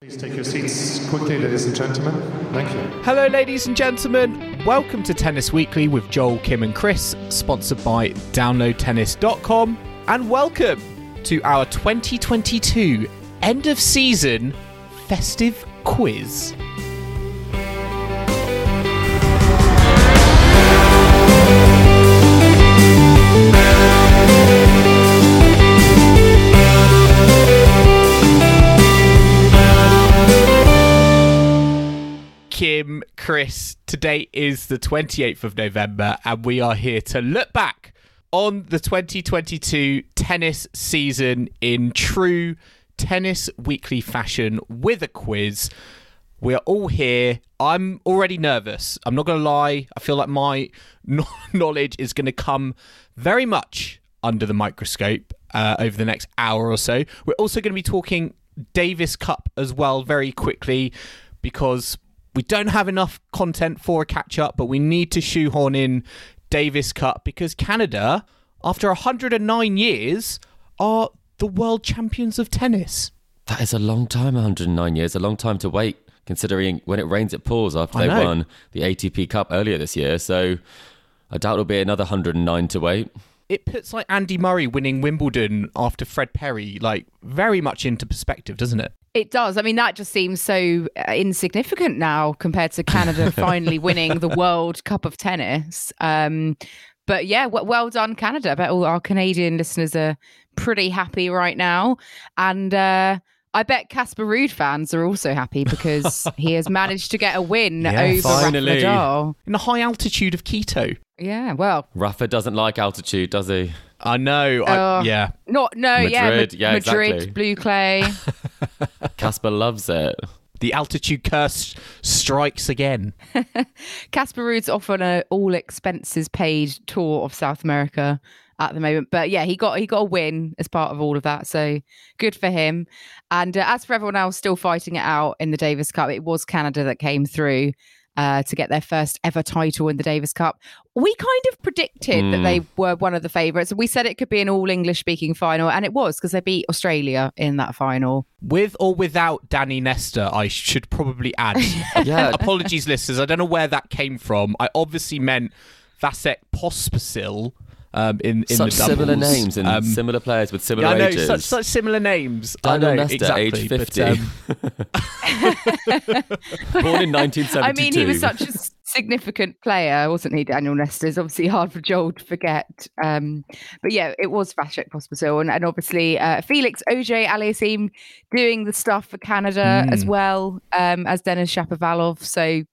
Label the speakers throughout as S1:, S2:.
S1: Please take your seats quickly, ladies and gentlemen. Thank you.
S2: Hello, ladies and gentlemen. Welcome to Tennis Weekly with Joel, Kim, and Chris, sponsored by DownloadTennis.com. And welcome to our 2022 end of season festive quiz. Kim, Chris. Today is the 28th of November, and we are here to look back on the 2022 tennis season in true tennis weekly fashion with a quiz. We are all here. I'm already nervous. I'm not going to lie. I feel like my kno- knowledge is going to come very much under the microscope uh, over the next hour or so. We're also going to be talking Davis Cup as well very quickly because we don't have enough content for a catch up, but we need to shoehorn in Davis Cup because Canada, after 109 years, are the world champions of tennis.
S3: That is a long time, 109 years, a long time to wait, considering when it rains, it pours after
S2: I
S3: they
S2: know.
S3: won the ATP Cup earlier this year. So I doubt it'll be another 109 to wait.
S2: It puts like Andy Murray winning Wimbledon after Fred Perry, like very much into perspective, doesn't it?
S4: It does. I mean, that just seems so uh, insignificant now compared to Canada finally winning the World Cup of Tennis. Um, but yeah, w- well done, Canada. I bet all our Canadian listeners are pretty happy right now. And uh, I bet Casper Ruud fans are also happy because he has managed to get a win
S2: Yeah,
S4: over Rafa
S3: finally.
S4: Nadal.
S2: In the high altitude of Quito.
S4: Yeah, well,
S3: Rafa doesn't like altitude, does he?
S2: I know. I,
S4: Oh.
S2: yeah.
S4: not, no, yeah,
S3: Madrid.
S4: Ma-
S3: Yeah,
S4: Madrid,
S3: exactly.
S4: blue clay.
S3: Casper loves it.
S2: The altitude curse strikes again.
S4: Casper Ruud's off on a all expenses paid tour of South America at the moment, but yeah, he got he got a win as part of all of that, so good for him. And uh, as for everyone else still fighting it out in the Davis Cup, it was Canada that came through uh, to get their first ever title in the Davis Cup. We kind of predicted that
S3: Mm.
S4: they were one of the favourites. We said it could be an all English speaking final, and it was because they beat Australia in that final.
S2: With or without Danny Nestor, I should probably add.
S3: Yeah.
S4: Um,
S2: Apologies, listeners. I don't know where that came from. I obviously meant Vasek Pospisil um, in, in
S3: such
S2: the doubles.
S3: similar names and
S2: Um,
S3: similar players with similar
S2: yeah, I know,
S3: ages.
S2: such, such similar names. I
S3: Daniel
S2: know,
S3: Nestor,
S2: exactly.
S3: age
S2: but,
S3: 50.
S2: um,
S3: Born in 1972.
S4: I mean, he was such a s- significant player, wasn't he, Daniel Nestor? It's obviously hard for Joel to forget. Um, but yeah, it was Vasek Pospisil. And, and obviously, uh, Felix OJ Aliassim doing the stuff for Canada as well um, as Denis Shapovalov. So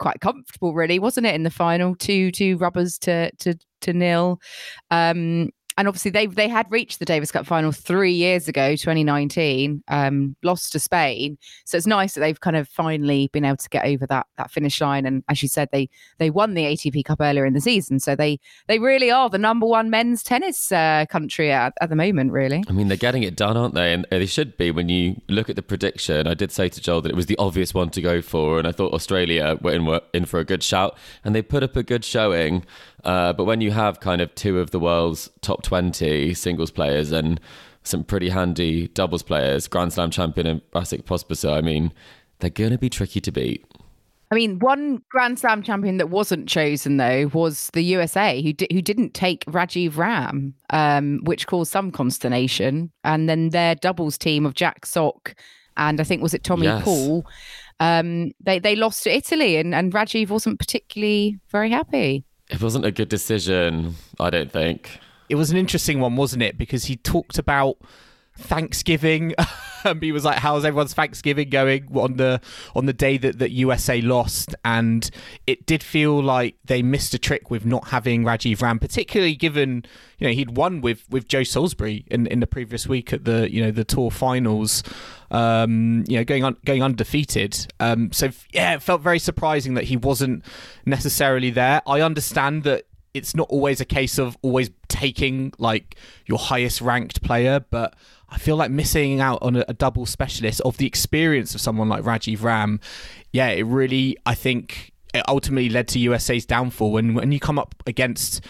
S4: quite comfortable, really, wasn't it, in the final? Two two rubbers to, to, to nil. Um, and obviously, they they had reached the Davis Cup final three years ago, 2019, um, lost to Spain. So it's nice that they've kind of finally been able to get over that that finish line. And as you said, they they won the ATP Cup earlier in the season, so they they really are the number one men's tennis uh, country at, at the moment. Really,
S3: I mean, they're getting it done, aren't they? And they should be. When you look at the prediction, I did say to Joel that it was the obvious one to go for, and I thought Australia were in, were in for a good shout, and they put up a good showing. Uh, but when you have kind of two of the world's top 20 singles players and some pretty handy doubles players, Grand Slam champion and Vasek Pospisil, I mean, they're going to be tricky to beat.
S4: I mean, one Grand Slam champion that wasn't chosen though was the USA, who di- who didn't take Rajiv Ram, um, which caused some consternation. And then their doubles team of Jack Sock and I think was it Tommy
S3: Yes.
S4: Paul. Um, they they lost to Italy, and, and Rajiv wasn't particularly very happy.
S3: It wasn't a good decision, I don't think.
S2: it was an interesting one, wasn't it? Because he talked about Thanksgiving. Um, he was like, "How's everyone's Thanksgiving going on the on the day that that USA lost?" And it did feel like they missed a trick with not having Rajiv Ram, particularly given you know he'd won with with Joe Salisbury in in the previous week at the you know the tour finals. Um, you know, going on going undefeated. Um, so yeah, it felt very surprising that he wasn't necessarily there. I understand that it's not always a case of always taking like your highest ranked player, but I feel like missing out on a, a double specialist of the experience of someone like Rajiv Ram. Yeah, it really, I think, it ultimately led to USA's downfall. When when you come up against,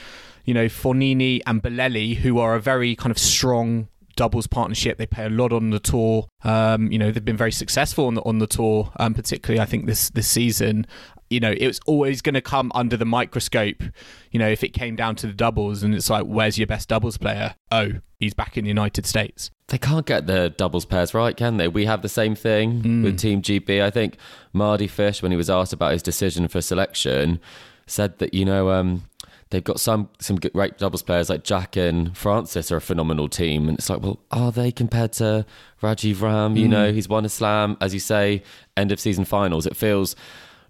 S2: you know, Fornini and Bellelli, who are a very kind of strong doubles partnership. They play a lot on the tour. Um, you know, they've been very successful on the on the tour, um, particularly I think this this season. You know, it was always going to come under the microscope. You know, if it came down to the doubles, and it's like, where's your best doubles player? Oh, he's back in the United States.
S3: They can't get their doubles pairs right, can they? We have the same thing with Team GB. I think Mardy Fish, when he was asked about his decision for selection, said that you know um, they've got some some good- great doubles players like Jack and Francis are a phenomenal team, and it's like, well, are they compared to Rajiv Ram? You know, he's won a slam, as you say, end of season finals. It feels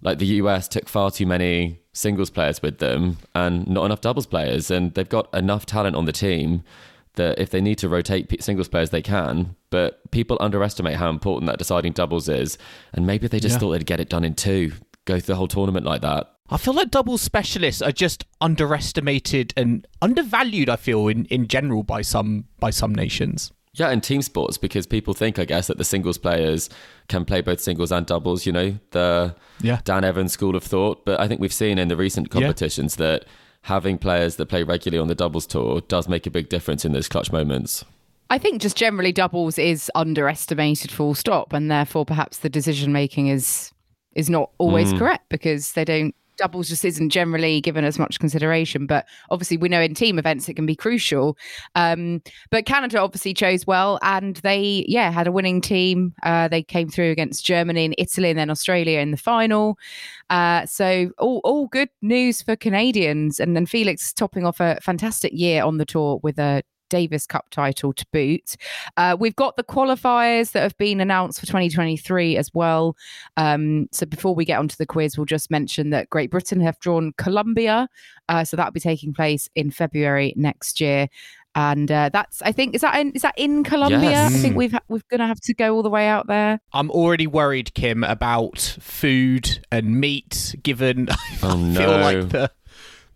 S3: like the US took far too many singles players with them and not enough doubles players, and they've got enough talent on the team that if they need to rotate pe- singles players, they can. But people underestimate how important that deciding doubles is, and maybe they just
S2: Yeah.
S3: thought they'd get it done in two, go through the whole tournament like that.
S2: I feel like doubles specialists are just underestimated and undervalued. I feel in, in general by some by some nations.
S3: Yeah, in team sports, because people think, I guess, that the singles players can play both singles and doubles, you know, the
S2: Yeah.
S3: Dan Evans school of thought. But I think we've seen in the recent competitions that having players that play regularly on the doubles tour does make a big difference in those clutch moments.
S4: I think just generally doubles is underestimated full stop and therefore perhaps the decision making is is not always correct because they don't doubles just isn't generally given as much consideration but obviously we know in team events it can be crucial um, but canada obviously chose well and they yeah had a winning team uh, they came through against germany and italy and then australia in the final uh, so all, all good news for canadians and then felix topping off a fantastic year on the tour with a Davis Cup title to boot. Uh, we've got the qualifiers that have been announced for 2023 as well. Um, so before we get onto the quiz, we'll just mention that Great Britain have drawn Colombia. Uh, so that'll be taking place in February next year. And uh, that's, I think, is that in, is that in Colombia? I
S3: Yes.
S4: think we've ha- we're gonna have to go all the way out there.
S2: I'm already worried, Kim, about food and meat. Given I feel
S3: Oh, no.
S2: like the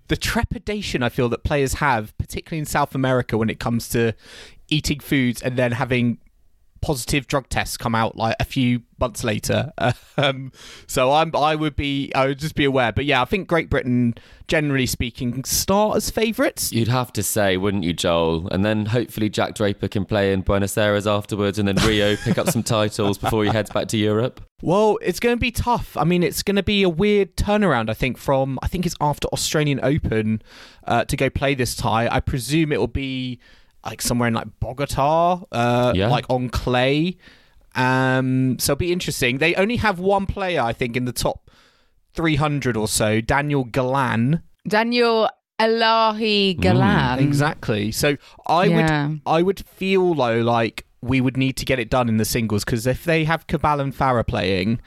S2: the trepidation I feel that players have, particularly in South America, when it comes to eating foods and then having positive drug tests come out like a few months later. Um, so I'm I would be I would just be aware. But yeah, I think Great Britain, generally speaking, start as favourites.
S3: You'd have to say, wouldn't you, Joel? And then hopefully Jack Draper can play in Buenos Aires afterwards and then Rio pick up some titles before he heads back to Europe.
S2: Well, it's going to be tough. I mean, it's going to be a weird turnaround. I think from I think it's after Australian Open uh, to go play this tie. I presume it will be like somewhere in like Bogota, uh,
S3: Yeah.
S2: like on clay. Um, so it'll be interesting. They only have one player, I think, in the top 300 or so. Daniel Galan,
S4: Daniel Elahi
S2: Mm,
S4: Galan.
S2: exactly. So I
S4: Mm. Yeah.
S2: would I would feel though like we would need to get it done in the singles because if they have Cabal and Farah playing,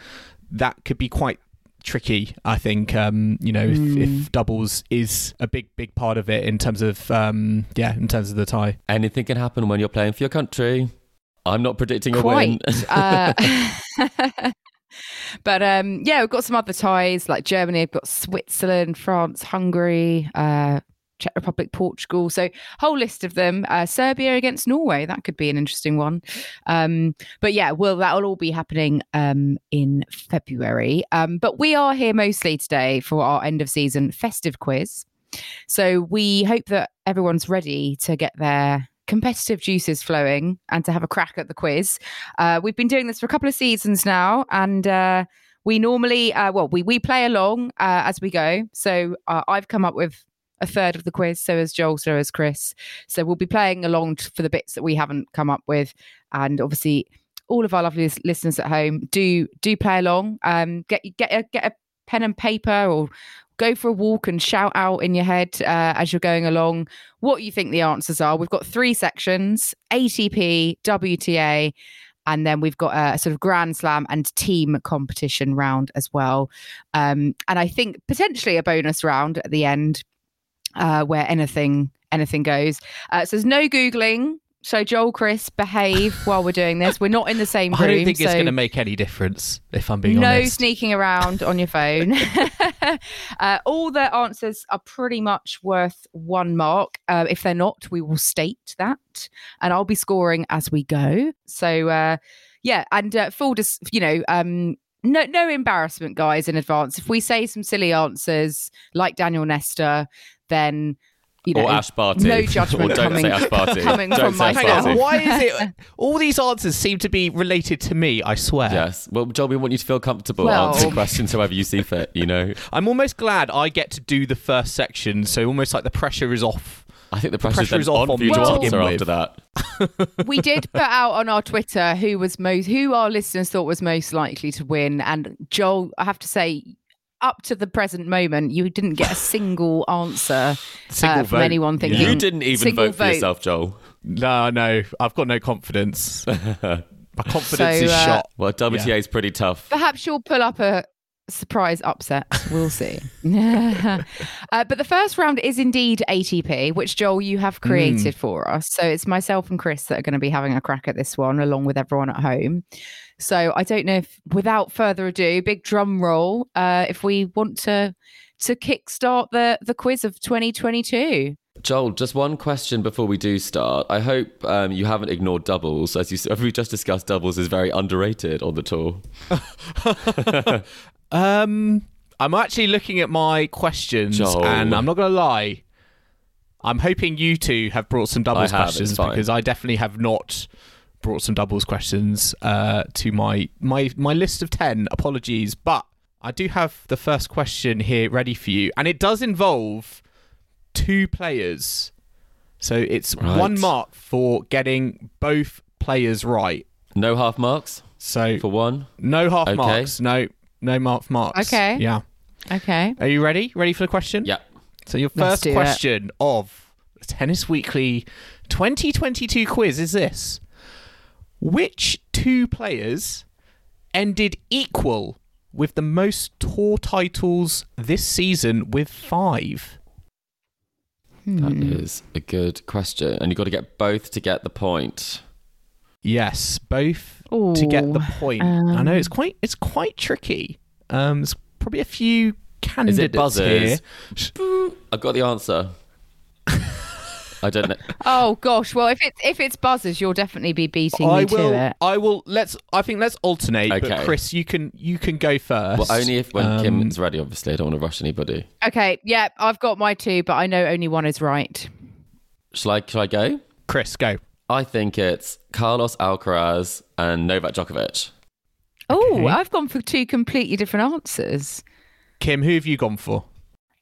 S2: that could be quite tricky. I think um, you know if,
S4: Mm.
S2: if doubles is a big big part of it in terms of um, yeah in terms of the tie.
S3: Anything can happen when you're playing for your country. I'm not predicting a win.
S4: quite. uh, but um, yeah, we've got some other ties like Germany, we've got Switzerland, France, Hungary, uh, Czech Republic, Portugal. So whole list of them. Uh, Serbia against Norway. That could be an interesting one. Um, but yeah, well, that'll all be happening um, in February. Um, but we are here mostly today for our end of season festive quiz. So we hope that everyone's ready to get their competitive juices flowing and to have a crack at the quiz. Uh, we've been doing this for a couple of seasons now, and uh, we normally, uh, well, we we play along uh, as we go. So uh, I've come up with a third of the quiz. So has Joel. So has Chris. So we'll be playing along t- for the bits that we haven't come up with, and obviously. All of our lovely lis- listeners at home, do do play along. Um, get get a, get a pen and paper, or go for a walk and shout out in your head uh, as you're going along what you think the answers are. We've got three sections: ATP, WTA, and then we've got a sort of grand slam and team competition round as well um, and i think potentially a bonus round at the end uh, where anything anything goes uh, so there's no googling so joel chris behave while we're doing this we're not in the same room
S2: I don't think it's
S4: so-
S2: going to make any difference if I'm being
S4: no
S2: honest.
S4: sneaking around on your phone. uh, all the answers are pretty much worth one mark. Uh, if they're not, we will state that, and I'll be scoring as we go. So, uh, yeah, and uh, full, dis- you know, um, no, no embarrassment, guys, in advance. If we say some silly answers like Daniel Nestor, then you know,
S3: or Ash Barty.
S4: no judgment
S3: or don't
S4: coming-
S3: say Ash Barty.
S4: coming
S3: Don't
S4: from
S3: say
S4: myself.
S3: Ash Barty.
S4: Hang on,
S2: Why is it all these answers seem to be related to me? I swear.
S3: Yes. Well, Joel, we want you to feel comfortable
S4: Well-
S3: answering questions however you see fit, you know?
S2: I'm almost glad I get to do the first section, so almost like the pressure is off.
S3: I think the pressure's
S2: pressure
S3: then
S2: is off
S3: on
S2: on
S3: for you
S4: me
S3: to
S4: to
S3: answer
S2: begin with.
S3: after that.
S4: we did put out on our Twitter who was most who our listeners thought was most likely to win, and Joel, I have to say, up to the present moment, you didn't get a single answer
S2: Single
S4: uh, from
S2: vote.
S4: anyone thinking
S3: You didn't even
S4: single
S3: vote for yourself, Joel.
S2: No, no, I've got no confidence. My confidence
S4: So,
S2: is
S4: uh,
S2: shot.
S3: Well, WTA is pretty tough.
S4: Perhaps you'll pull up a surprise upset. We'll see. uh, but the first round is indeed ATP, which Joel, you have
S2: Hmm.
S4: created for us. So it's myself and Chris that are going to be having a crack at this one, along with everyone at home. So I don't know if, without further ado, big drum roll, uh, if we want to to kickstart the the quiz of 2022.
S3: Joel, just one question before we do start. I hope um, you haven't ignored doubles. As you, s- as we just discussed, doubles is very underrated on the tour.
S2: Um, I'm actually looking at my questions,
S3: Joel.
S2: and I'm not going to lie. I'm hoping you two have brought some doubles
S3: I have, it's
S2: questions
S3: fine.
S2: because I definitely have not brought some doubles questions uh, to my my my list of ten. Apologies, but I do have the first question here ready for you, and it does involve two players. So it's
S3: Right.
S2: one mark for getting both players right.
S3: No half marks
S2: So
S3: for one.
S2: no half
S3: Okay.
S2: marks. No, no mark marks.
S4: Okay.
S2: Yeah.
S4: Okay.
S2: Are you ready? Ready for the question?
S3: Yeah.
S2: So your
S4: Let's
S2: first
S4: do it.
S2: question of Tennis Weekly 2022 quiz is this: Which two players ended equal with the most tour titles this season with five?
S3: That
S4: Mm.
S3: is a good question. And you've got to get both to get the point.
S2: Yes, both to get the
S4: Ooh, um,
S2: point. I know it's quite it's quite tricky. Um, there's probably a few candidates
S3: Is it buzzers?
S2: here.
S3: I've got the answer. I don't know.
S4: Oh gosh. Well, if it's if it's buzzers, you'll definitely be beating me
S2: will.
S4: to it.
S2: I will. Let's. I think let's alternate.
S3: Okay.
S2: But Chris, you can you can go first.
S3: Well, only if when
S2: Um,
S3: Kim's ready, obviously. I don't want to rush anybody.
S4: Okay. Yeah, I've got my two, but I know only one is right.
S3: Shall I, shall I go?
S2: Chris, go.
S3: I think it's Carlos Alcaraz and Novak Djokovic.
S4: Oh,
S2: Okay.
S4: I've gone for two completely different answers.
S2: Kim, who have you gone for?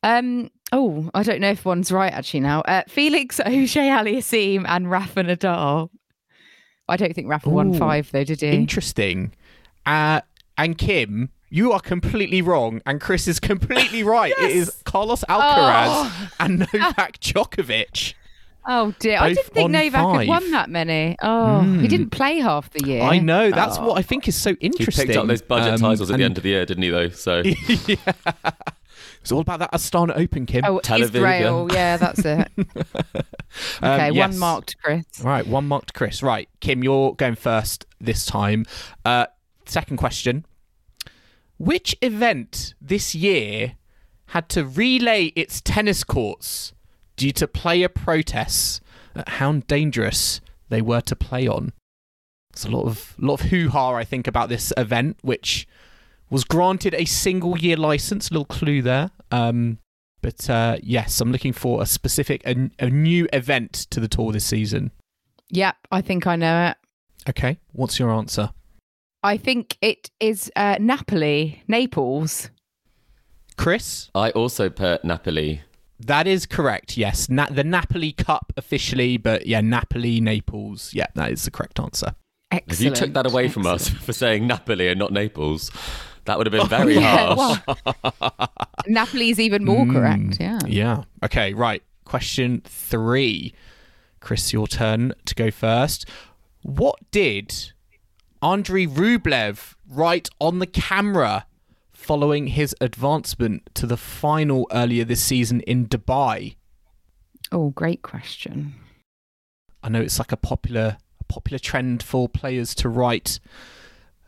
S4: Um. Oh, I don't know if one's right actually now. Uh, Felix Oje Aliassim and Rafa Nadal. I don't think Rafa won
S2: Ooh.
S4: five though, did he?
S2: Interesting. Uh, and Kim, you are completely wrong, and Chris is completely right. It is Carlos Alcaraz and Novak Djokovic.
S4: Oh dear, I
S2: Both
S4: didn't think
S2: on
S4: Novak
S2: five. Hmm.
S4: had won that many. Oh, he didn't play half the year.
S2: I know. That's
S4: Oh.
S2: what I think is so
S3: He
S2: interesting.
S3: picked up those budget
S2: Um,
S3: titles at the
S2: and
S3: end of the year, didn't he, though? So
S2: It's all about that Astana Open, Kim.
S4: Oh,
S3: Tel Aviv,
S4: Israel. Yeah, that's it.
S2: Um,
S4: Okay,
S2: yes.
S4: one mark to Chris.
S2: Right, one mark to Chris. Right, Kim, you're going first this time. Uh, second question: Which event this year had to relay its tennis courts due to player protests at how dangerous they were to play on? It's a lot of lot of hoo ha, I think, about this event, which was granted a single year license. Little clue there. Um, but uh, yes, I'm looking for a specific a, a new event to the tour this season.
S4: Yep, I think I know it.
S2: Okay, what's your answer?
S4: I think it is uh, Napoli, Naples.
S2: Chris?
S3: I also put Napoli.
S2: That is correct, yes. Na- the Napoli Cup officially, but yeah, Napoli, Naples. Yeah, that is the correct answer.
S4: Excellent.
S3: If you took that away from us for saying Napoli and not Naples, that would have
S2: Oh,
S3: been very
S4: Yeah,
S3: harsh.
S4: well, Napoli's even more
S3: Mm.
S4: correct. Yeah.
S2: Hmm. Yeah. Okay, right. Question three. Chris, your turn to go first. What did Andrei Rublev write on the camera following his advancement to the final earlier this season in Dubai?
S4: Oh, great question.
S2: I know it's like a popular a popular trend for players to write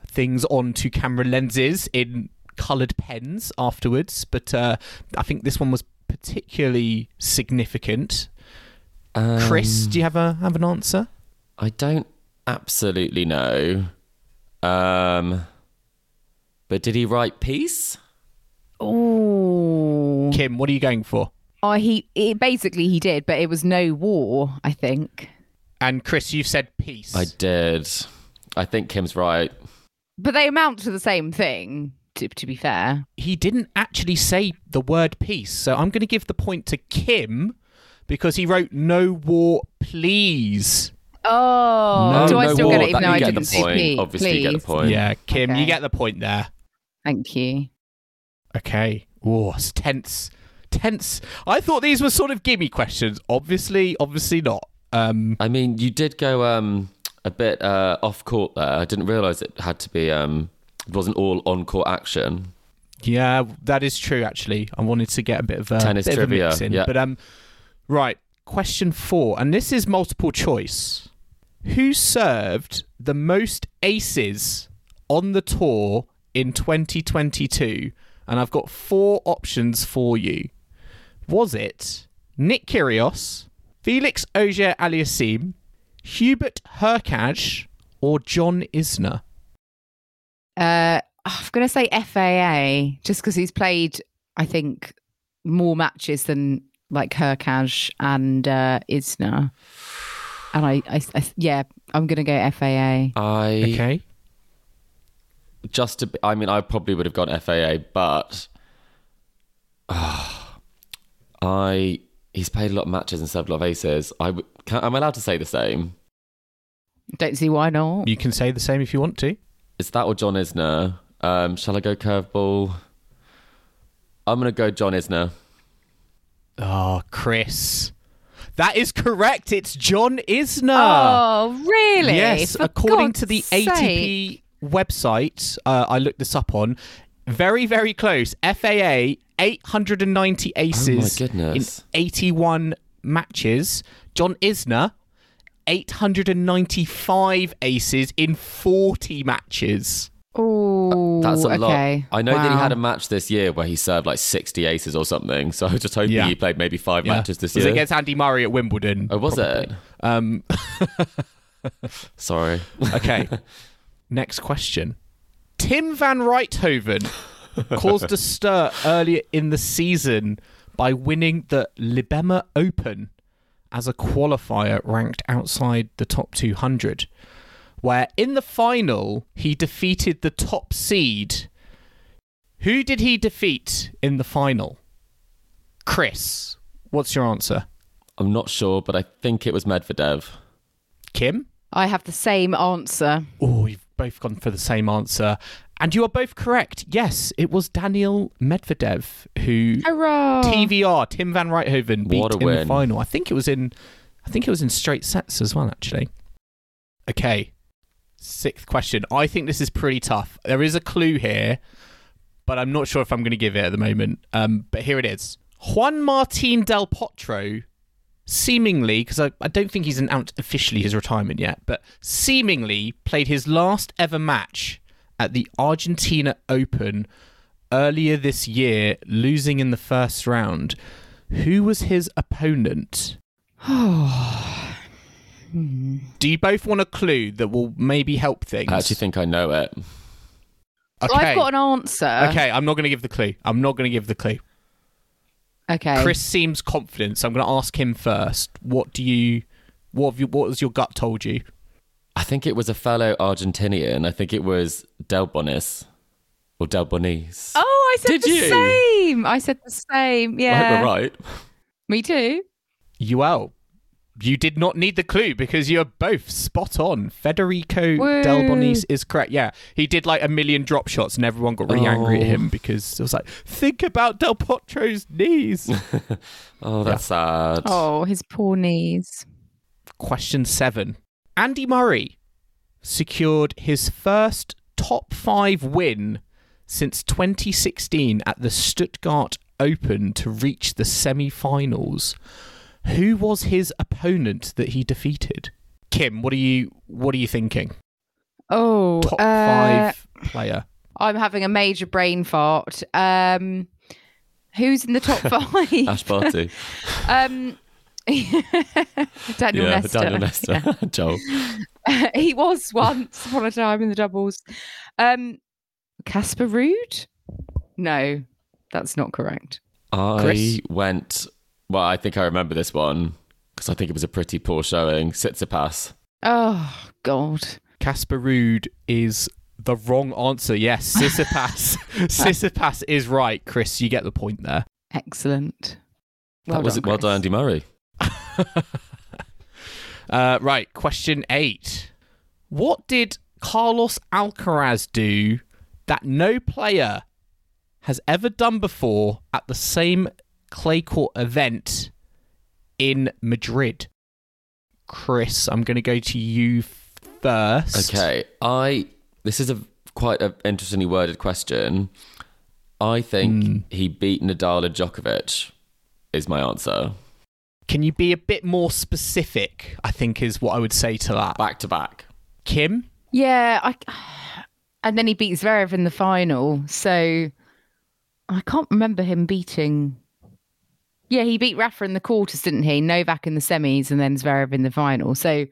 S2: things onto camera lenses in coloured pens afterwards, but uh, I think this one was particularly significant.
S3: Um,
S2: Chris, do you have a have an answer?
S3: I don't absolutely know. Um, but did he write peace?
S4: Oh,
S2: Kim, what are you going for?
S4: Oh, he it, basically he did, but it was no war. I think.
S2: And Chris, you've said peace.
S3: I did. I think Kim's right.
S4: But they amount to the same thing, to, to be fair.
S2: he didn't actually say the word peace. So I'm going to give the point to Kim because he wrote no war, please.
S4: Oh,
S3: No,
S4: do I
S3: no
S4: still get
S3: war,
S4: it?
S3: that
S4: Even though
S3: you
S4: I
S3: get the
S4: didn't see
S3: point.
S4: Pete,
S3: Obviously
S4: please.
S3: you get the point.
S2: Yeah, Kim,
S4: Okay.
S2: you get the point there.
S4: Thank you.
S2: Okay. Oh, it's tense. Tense. I thought these were sort of gimme questions. Obviously, obviously not. Um,
S3: I mean, you did go um, a bit uh, off court there. I didn't realise it had to be. Um, it wasn't all on court action.
S2: yeah, that is true. Actually, I wanted to get a bit of a
S3: Tennis
S2: bit Of
S3: trivia,
S2: a mix in.
S3: yeah.
S2: But um, right. Question four, and this is multiple choice. Who served the most aces on the tour in 2022? And I've got four options for you. Was it Nick Kyrgios, Felix Auger Aliassime, Hubert Hurkacz, or John Isner?
S4: Uh, I'm going to say FAA just because he's played, I think, more matches than like Herkash and uh, Isner. And I, I, I- yeah, I'm going to go FAA.
S3: I
S2: Okay.
S3: just to. Be, I mean, I probably would have gone FAA, but Ah, I he's played a lot of matches and served a lot of aces. I w- can, am I allowed to say the same.
S4: Don't see why not.
S2: You can say the same if you want to.
S3: It's that or John Isner. Um, shall I go curveball? I'm gonna go John Isner.
S2: Oh, Chris. That is correct. It's John Isner.
S4: Oh, really?
S2: Yes,
S4: For
S2: according
S4: God's
S2: to the
S4: sake.
S2: ATP website, uh, I looked this up on. Very, very close. FAA, 890 aces
S3: Oh goodness.
S2: in 81 matches. John Isner, 895 aces in 40 matches.
S4: Oh,
S3: That's a
S4: okay.
S3: lot. I know that he
S4: Wow.
S3: had a match this year where he served like 60 aces or something. So I was just hoping
S2: Yeah.
S3: he played maybe five matches this
S2: was
S3: year.
S2: against Andy Murray at Wimbledon.
S3: oh, was it?
S2: Um,
S3: Sorry.
S2: Okay. Next question. Tim Van Rijthoven caused a stir earlier in the season by winning the Libema Open as a qualifier ranked outside the top 200, where in the final he defeated the top seed. Who did he defeat in the final? Chris, what's your answer?
S3: I'm not sure, but I think it was Medvedev.
S2: Kim?
S4: I have the same answer.
S2: Oh, you've both gone for the same answer. And you are both correct. Yes, it was Daniel Medvedev who
S4: Hurrah!
S2: TVR Tim Van Rijthoven beat
S3: What a
S2: in the
S3: win.
S2: final. I think it was in I think it was in straight sets as well actually. Okay. Sixth question. I think this is pretty tough. There is a clue here, but I'm not sure if I'm going to give it at the moment. Um, but here it is. Juan Martín del Potro seemingly, because I, I don't think he's announced officially his retirement yet, but seemingly played his last ever match at the Argentina Open earlier this year, losing in the first round. Who was his opponent? Do you both want a clue that will maybe help things?
S3: I actually think I know it.
S4: Oh, I've got an answer.
S2: Okay, I'm not going to give the clue. I'm not going to give the clue.
S4: Okay.
S2: Chris seems confident, so I'm going to ask him first. What do you, what have you, what has your gut told you?
S3: I think it was a fellow Argentinian. I think it was Del Bonis or Del Bonis.
S4: Oh, I said
S3: Did
S4: the
S3: you?
S4: same. I said the same.
S3: I
S4: Yeah.
S3: hope we're right.
S4: Me too.
S2: Yuel, you did not need the clue because you're both spot on. Federico
S4: Woo.
S2: Del Bonis is correct. Yeah, he did like a million drop shots, and everyone got really angry
S4: Oh.
S2: at him because it was like, think about Del Potro's knees.
S3: Oh, that's sad.
S4: Oh, his poor knees.
S2: Question seven. Andy Murray secured his first top five win since 2016 at the Stuttgart Open to reach the semi finals. Who was his opponent that he defeated? Kim, what are you what are you thinking?
S4: Oh,
S2: Top
S4: uh,
S2: five player.
S4: I'm having a major brain fart. Um, who's in the top
S3: Ash
S4: five?
S3: Barty.
S4: um, Daniel
S3: yeah,
S4: Nestor.
S3: Daniel Nestor.
S4: Yeah.
S3: Joel.
S4: he was once upon a time in the doubles. Um, Casper Ruud? No, that's not correct.
S3: I
S2: Chris?
S3: went well, I think I remember this one because I think it was a pretty poor showing. Sitsipas.
S4: Oh God.
S2: Casper Ruud is the wrong answer. Yes, Sissipas. Sissipas is right, Chris. You get the point there.
S4: Excellent.
S3: That was well done, Andy Murray.
S2: Uh, right, question eight. What did Carlos Alcaraz do that no player has ever done before at the same clay court event in Madrid? Chris, I'm going to go to you f- first.
S3: Okay, I this is a quite an interestingly worded question. I think he beat Nadal and Djokovic. Is my answer
S2: Can you be a bit more specific? I think is what I would say to that.
S3: back to back?
S2: Kim?
S4: Yeah, I, and then he beat Zverev in the final. So I can't remember him beating. Yeah, he beat Rafa in the quarters, didn't he? Novak in the semis, and then Zverev in the final. So,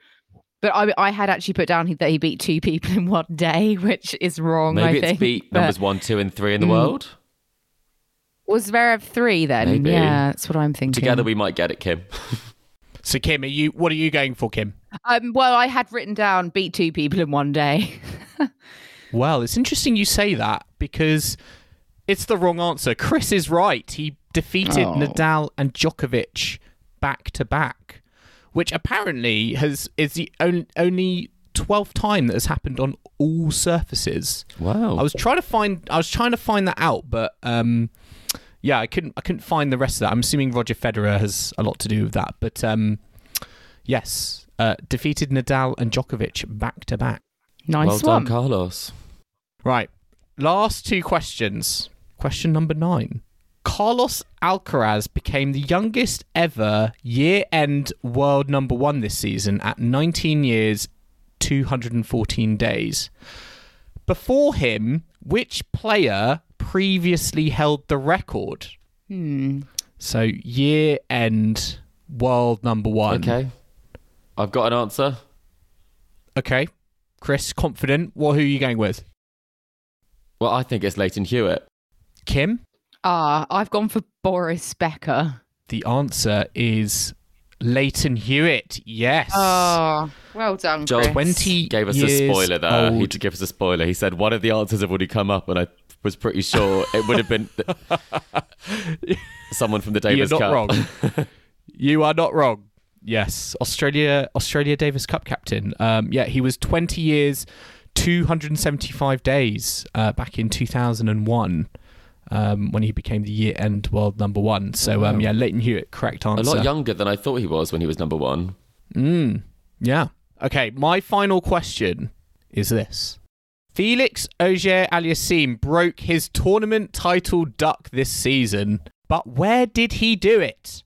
S4: but I, I had actually put down that he beat two people in one day, which is wrong.
S3: Maybe
S4: I
S3: it's
S4: think.
S3: beat
S4: But
S3: numbers one, two, and three in the world.
S4: was Zverev three then?
S3: Maybe.
S4: Yeah, that's what I'm thinking.
S3: Together we might get it, Kim.
S2: So Kim, are you what are you going for, Kim?
S4: um, well, I had written down beat two people in one day.
S2: Well, it's interesting you say that because it's the wrong answer. Chris is right. He defeated
S4: Oh.
S2: Nadal and Djokovic back to back, which apparently has is the on, only twelfth time that has happened on all surfaces.
S3: Wow.
S2: I was trying to find I was trying to find that out, but um, yeah, I couldn't I couldn't find the rest of that. I'm assuming Roger Federer has a lot to do with that, but um, yes, uh, defeated Nadal and Djokovic back to back.
S4: nice
S3: well
S4: one.
S3: done, Carlos.
S2: Right. Last two questions. Question number nine. Carlos Alcaraz became the youngest ever year end world number one this season at 19 years, 214 days. Before him, which player previously held the record?
S4: Hmm.
S2: So, year end world number one.
S3: Okay, I've got an answer.
S2: Okay. Chris, confident. What, who are you going with?
S3: Well, I think it's Leighton Hewitt.
S2: Kim?
S4: Ah, I've gone for Boris Becker.
S2: The answer is Leighton Hewitt. Yes.
S4: Oh, well done,
S3: Joel,
S4: Chris.
S2: 20
S3: gave us
S2: years
S3: a spoiler there. He
S2: old.
S3: did give us a spoiler. He said one of the answers have already come up, and I was pretty sure it would have been th- someone from the
S2: You're
S3: Davis
S2: not
S3: Cup.
S2: wrong. you are not wrong. Yes, Australia Australia Davis Cup captain. Um, yeah, he was 20 years, 275 days uh, back in 2001 um, when he became the year-end world number one. So um, yeah, Leighton Hewitt, correct
S3: a
S2: answer.
S3: lot younger than I thought he was when he was number one.
S2: Mm, yeah. Okay, my final question is this. Felix Auger Aliassime broke his tournament title duck this season, but where did he do it?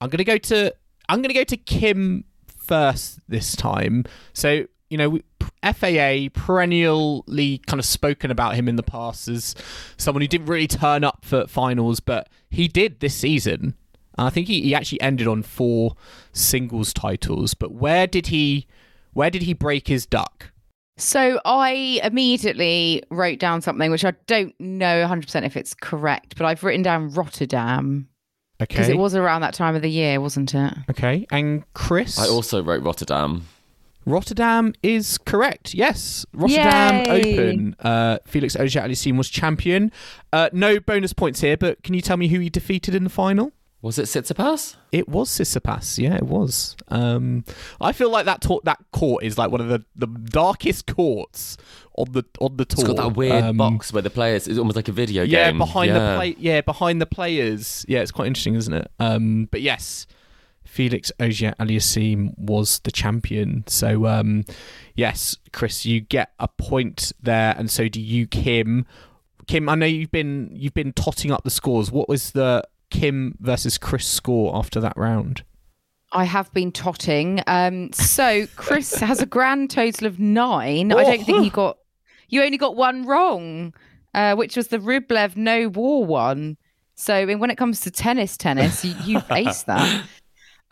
S2: I'm gonna go to I'm gonna go to Kim first this time. So you know, we- FAA perennially kind of spoken about him in the past as someone who didn't really turn up for finals, but he did this season. And I think he, he actually ended on four singles titles. But where did he where did he break his duck?
S4: So I immediately wrote down something which I don't know 100% if it's correct, but I've written down Rotterdam because
S2: Okay.
S4: it was around that time of the year, wasn't it?
S2: okay. And Chris
S3: I also wrote Rotterdam.
S2: Rotterdam is correct. Yes, Rotterdam
S4: Yay.
S2: Open. Uh, Felix Auger-Aliassime was champion. Uh, no bonus points here, but can you tell me who he defeated in the final?
S3: Was it Sitsipas?
S2: It was Sissipas. Yeah, it was. Um, I feel like that tor- that court is like one of the, the darkest courts on the on the
S3: It's
S2: tour.
S3: got that weird
S2: Um,
S3: box where the players. It's almost like a video
S2: Yeah,
S3: game.
S2: behind the
S3: Yeah.
S2: play. Yeah, behind the players. Yeah, it's quite interesting, isn't it? Um, but yes, Felix Auger Aliassime was the champion. So um, yes, Chris, you get a point there, and so do you, Kim. Kim, I know you've been you've been totting up the scores. What was the Kim versus Chris score after that round?
S4: I have been totting. Um, so Chris has a grand total of nine. I don't think he got, you only got one wrong, uh, which was the Rublev no war one. So I mean, when it comes to tennis, tennis, you, you ace that.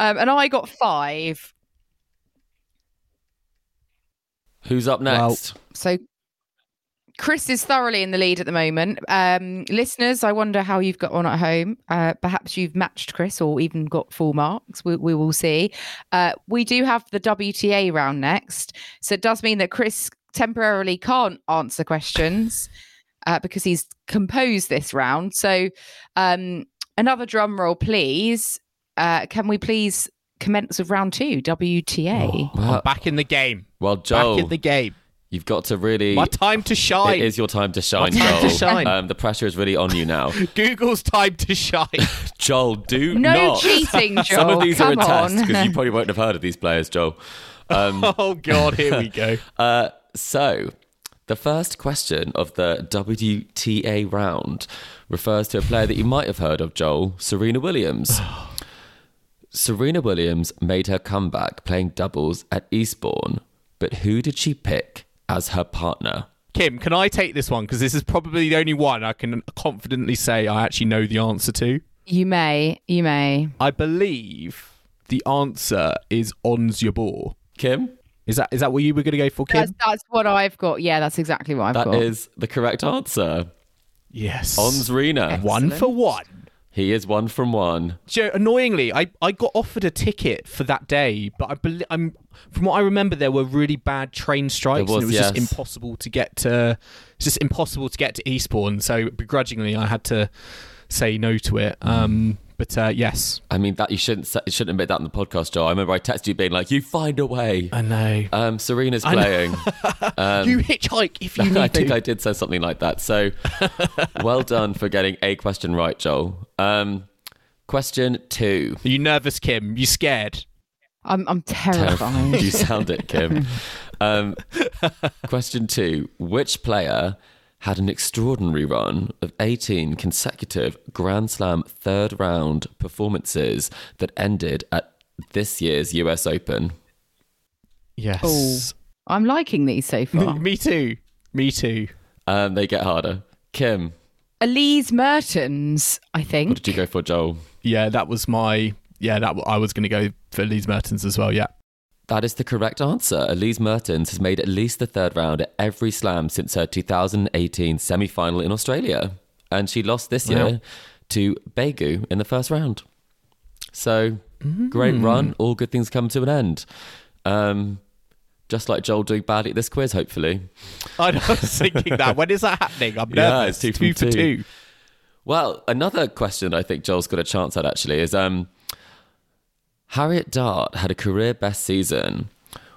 S4: Um, and I got five.
S3: Who's up
S2: Well-
S3: next?
S4: So Chris is thoroughly in the lead at the moment. Um, listeners, I wonder how you've got on at home. Uh, perhaps you've matched Chris or even got full marks. We, we will see. Uh, we do have the WTA round next. So it does mean that Chris temporarily can't answer questions uh, because he's composed this round. So um, another drum roll, please. Uh, can we please commence with round two, WTA?
S2: I'm
S3: Well,
S2: back in the game.
S3: well, Joel,
S2: Back in the game.
S3: you've got to really.
S2: My time to shine.
S3: oh, It is your time to shine,
S2: My time to
S3: Joel.
S2: shine.
S3: Um, the pressure is really on you now.
S2: Google's time to shine.
S3: Joel, do
S4: No
S3: not.
S4: cheating, Joel.
S3: Some of these
S4: Come
S3: are a test
S4: on.
S3: because you probably won't have heard of these players, Joel. Um,
S2: oh God, here we go.
S3: Uh, so, the first question of the WTA round refers to a player that you might have heard of, Joel, Serena Williams. Serena Williams made her comeback playing doubles at Eastbourne, but who did she pick as her partner?
S2: Kim, can I take this one? Because this is probably the only one I can confidently say I actually know the answer to.
S4: You may, you may.
S2: I believe the answer is Ons Jabeur.
S3: Kim?
S2: Is that is that what you were going to go for, Kim?
S4: That's, that's what I've got. Yeah, that's exactly what I've
S3: that is
S4: got.
S3: the correct answer.
S2: yes.
S3: Ons Rina.
S2: one for one.
S3: He is one from one.
S2: Joe, annoyingly, I, I got offered a ticket for that day, but I bel I'm from what I remember, there were really bad train strikes,
S3: There
S2: and
S3: was,
S2: it was
S3: yes.
S2: just impossible to get to. It's just impossible to get to Eastbourne, so begrudgingly, I had to say no to it. Um, but uh, yes,
S3: I mean, that you shouldn't say- you shouldn't admit that in the podcast, Joel. I remember I texted you being like, "You find a way."
S2: I know.
S3: Um, Serena's
S2: know.
S3: playing.
S2: you hitchhike if you need
S3: I think
S2: to.
S3: I did say something like that. So well done for getting a question right, Joel. Um, question two.
S2: Are you nervous, Kim? You scared?
S4: I'm, I'm
S2: Oh,
S4: terrified.
S3: you sound it, Kim. Um, question two. Which player had an extraordinary run of 18 consecutive Grand Slam third round performances that ended at this year's US Open? Oh,
S2: Yes.
S4: I'm liking these so far.
S2: Me too. Me too.
S3: Um, they get harder. Kim,
S4: Elise Mertens, I
S3: what
S4: think.
S3: did you go for, Joel?
S2: Yeah, that was my. Yeah, that I was going to go for Leeds Mertens as well. Yeah.
S3: That is the correct answer. Elise Mertens has made at least the third round at every slam since her 2018 semi final in Australia. And she lost this
S2: Wow.
S3: year to Begu in the first round. So, great
S2: Hmm.
S3: run. All good things come to an end. Um, just like Joel doing badly at this quiz, hopefully.
S2: I was thinking that. When is that happening? I'm
S3: Yeah,
S2: nervous.
S3: it's two
S2: two
S3: from
S2: for
S3: two.
S2: two.
S3: Well, another question I think Joel's got a chance at actually is um, Harriet Dart had a career best season.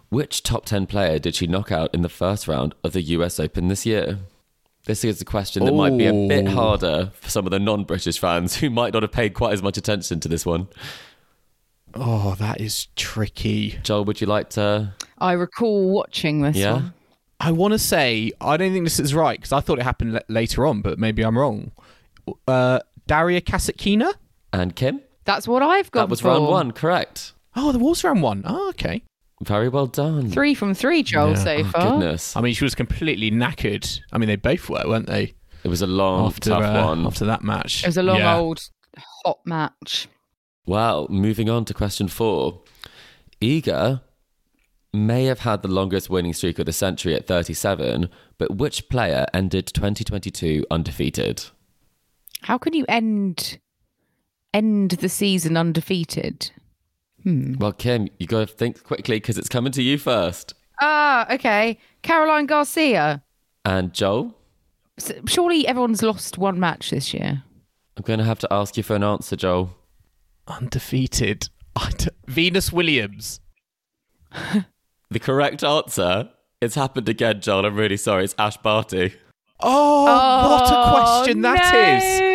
S3: Which top 10 player did she knock out in the first round of the US Open this year? This is a question that might be a bit
S2: Ooh.
S3: harder for some of the non British fans who might not have paid quite as much attention to this one.
S2: Oh, that is tricky.
S3: Joel, would you like to?
S4: I recall watching this
S3: Yeah.
S4: one.
S2: I want to say I don't think this is right because I thought it happened l- later on, but maybe I'm wrong. Uh, Daria Kasatkina.
S3: And Kim?
S4: That's what I've got.
S3: that was
S4: for.
S3: round one, correct.
S2: Oh, the Wolves round one. Oh, okay.
S3: Very well done.
S4: Three from three, Joel,
S2: Yeah.
S4: so far.
S3: Oh, Goodness.
S2: I mean, she was completely knackered. I mean, they both were, weren't they?
S3: It was a long,
S2: after
S3: tough
S2: uh,
S3: one.
S2: after that match,
S4: It was a long,
S2: Yeah.
S4: old, hot match.
S3: Well, moving on to question four. Eager may have had the longest winning streak of the century at 37, but which player ended 2022 undefeated?
S4: How can you end end the season undefeated?
S2: Mm.
S3: Well, Kim, you got to think quickly because it's coming to you first.
S4: Ah, okay. Caroline Garcia.
S3: And Joel,
S4: S- Surely everyone's lost one match this year.
S3: I'm going to have to ask you for an answer, Joel.
S2: undefeated. I d- Venus Williams.
S3: The correct answer, it's happened again, Joel. I'm really sorry. It's Ash Barty.
S2: Oh, what a question that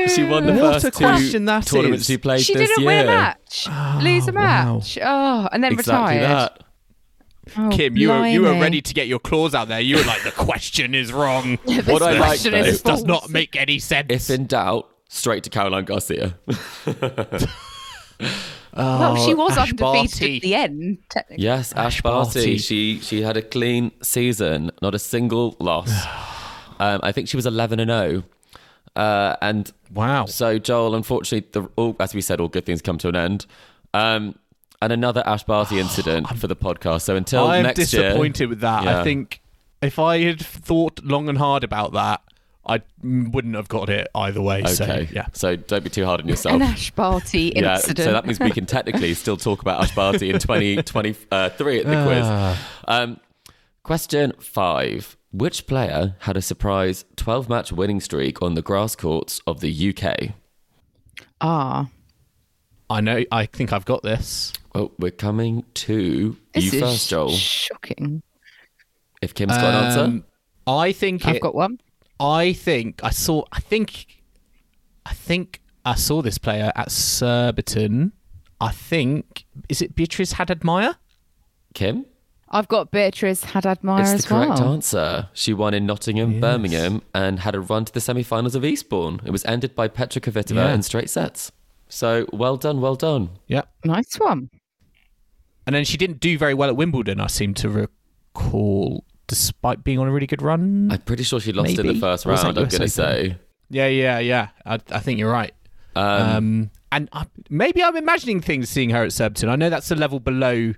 S2: is!
S3: She won the
S2: What a
S3: first
S2: question
S3: two
S2: that
S3: tournaments
S2: is.
S3: she played
S4: She
S3: this
S4: didn't
S3: year.
S4: win a match, lose a
S2: wow.
S4: match. Oh, and then
S3: Exactly
S4: retired.
S3: that.
S4: Oh,
S2: Kim, you were you were
S4: blimey.
S2: ready to get your claws out there. You were like, the question is wrong.
S4: This
S3: What I like,
S4: question
S3: though-
S4: is
S2: this does
S4: false.
S2: not make any sense.
S3: If in doubt, straight to Caroline Garcia.
S4: Well, she was
S2: Ash
S4: undefeated
S2: Barty.
S4: at the end, technically.
S3: Yes, Ash, Barty.
S2: Barty.
S3: She she had a clean season, not a single loss. um, I think she was eleven and zero. Uh, and
S2: wow.
S3: so Joel, unfortunately, the, all, as we said, all good things come to an end. Um, and another Ash Barty incident for the podcast. So until
S2: I'm
S3: next year,
S2: disappointed with that.
S3: Yeah.
S2: I think if I had thought long and hard about that, I mm, wouldn't have got it either way.
S3: Okay.
S2: So yeah.
S3: So don't be too hard on yourself.
S4: An Ash Barty
S3: Yeah,
S4: incident.
S3: so that means we can technically still talk about Ash Barty in 2023 uh, three at the quiz. Um, question five Which player had a surprise 12 match winning streak on the grass courts of the UK?
S4: ah,
S2: I know. I think I've got this.
S3: Well, we're coming to
S4: this
S3: you
S4: is
S3: first, Joel.
S4: shocking.
S3: If Kim's got an answer,
S2: Um, I think
S4: I've
S2: it-
S4: got one.
S2: I think I saw. I think. I think I saw this player at Surbiton. I think is it Beatrice Haddad Meyer?
S3: Kim,
S4: I've got Beatrice Haddad Meyer
S3: it's
S4: as
S3: the correct
S4: well.
S3: answer. She won in Nottingham, Birmingham, and had a run to the semi finals of Eastbourne. It was ended by Petra Kvitova
S2: Yeah.
S3: in straight sets. So well done, well done.
S2: Yeah.
S4: Nice one.
S2: And then she didn't do very well at Wimbledon. I seem to recall, despite being on a really good run.
S3: I'm pretty sure she lost in
S2: Maybe.
S3: the first
S2: Or was
S3: round.
S2: that
S3: I'm going
S2: US
S3: to say.
S2: yeah, yeah, yeah. I, I think you're right.
S3: Um,
S2: Um, and I, maybe I'm imagining things seeing her at Surbiton. I know that's the level below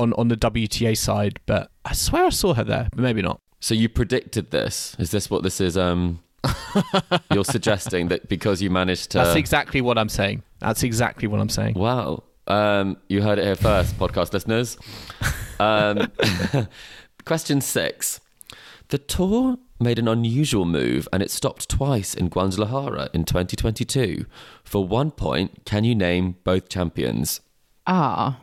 S2: on on the WTA side, but I swear I saw her there, but maybe not.
S3: so you predicted this. Is this what this is? Um, you're suggesting that because you managed to.
S2: That's exactly what I'm saying. That's exactly what I'm saying.
S3: wow. Um, you heard it here first, podcast listeners. Um, question six. The tour made an unusual move and it stopped twice in Guadalajara in 2022. For one point, can you name both champions?
S4: Ah,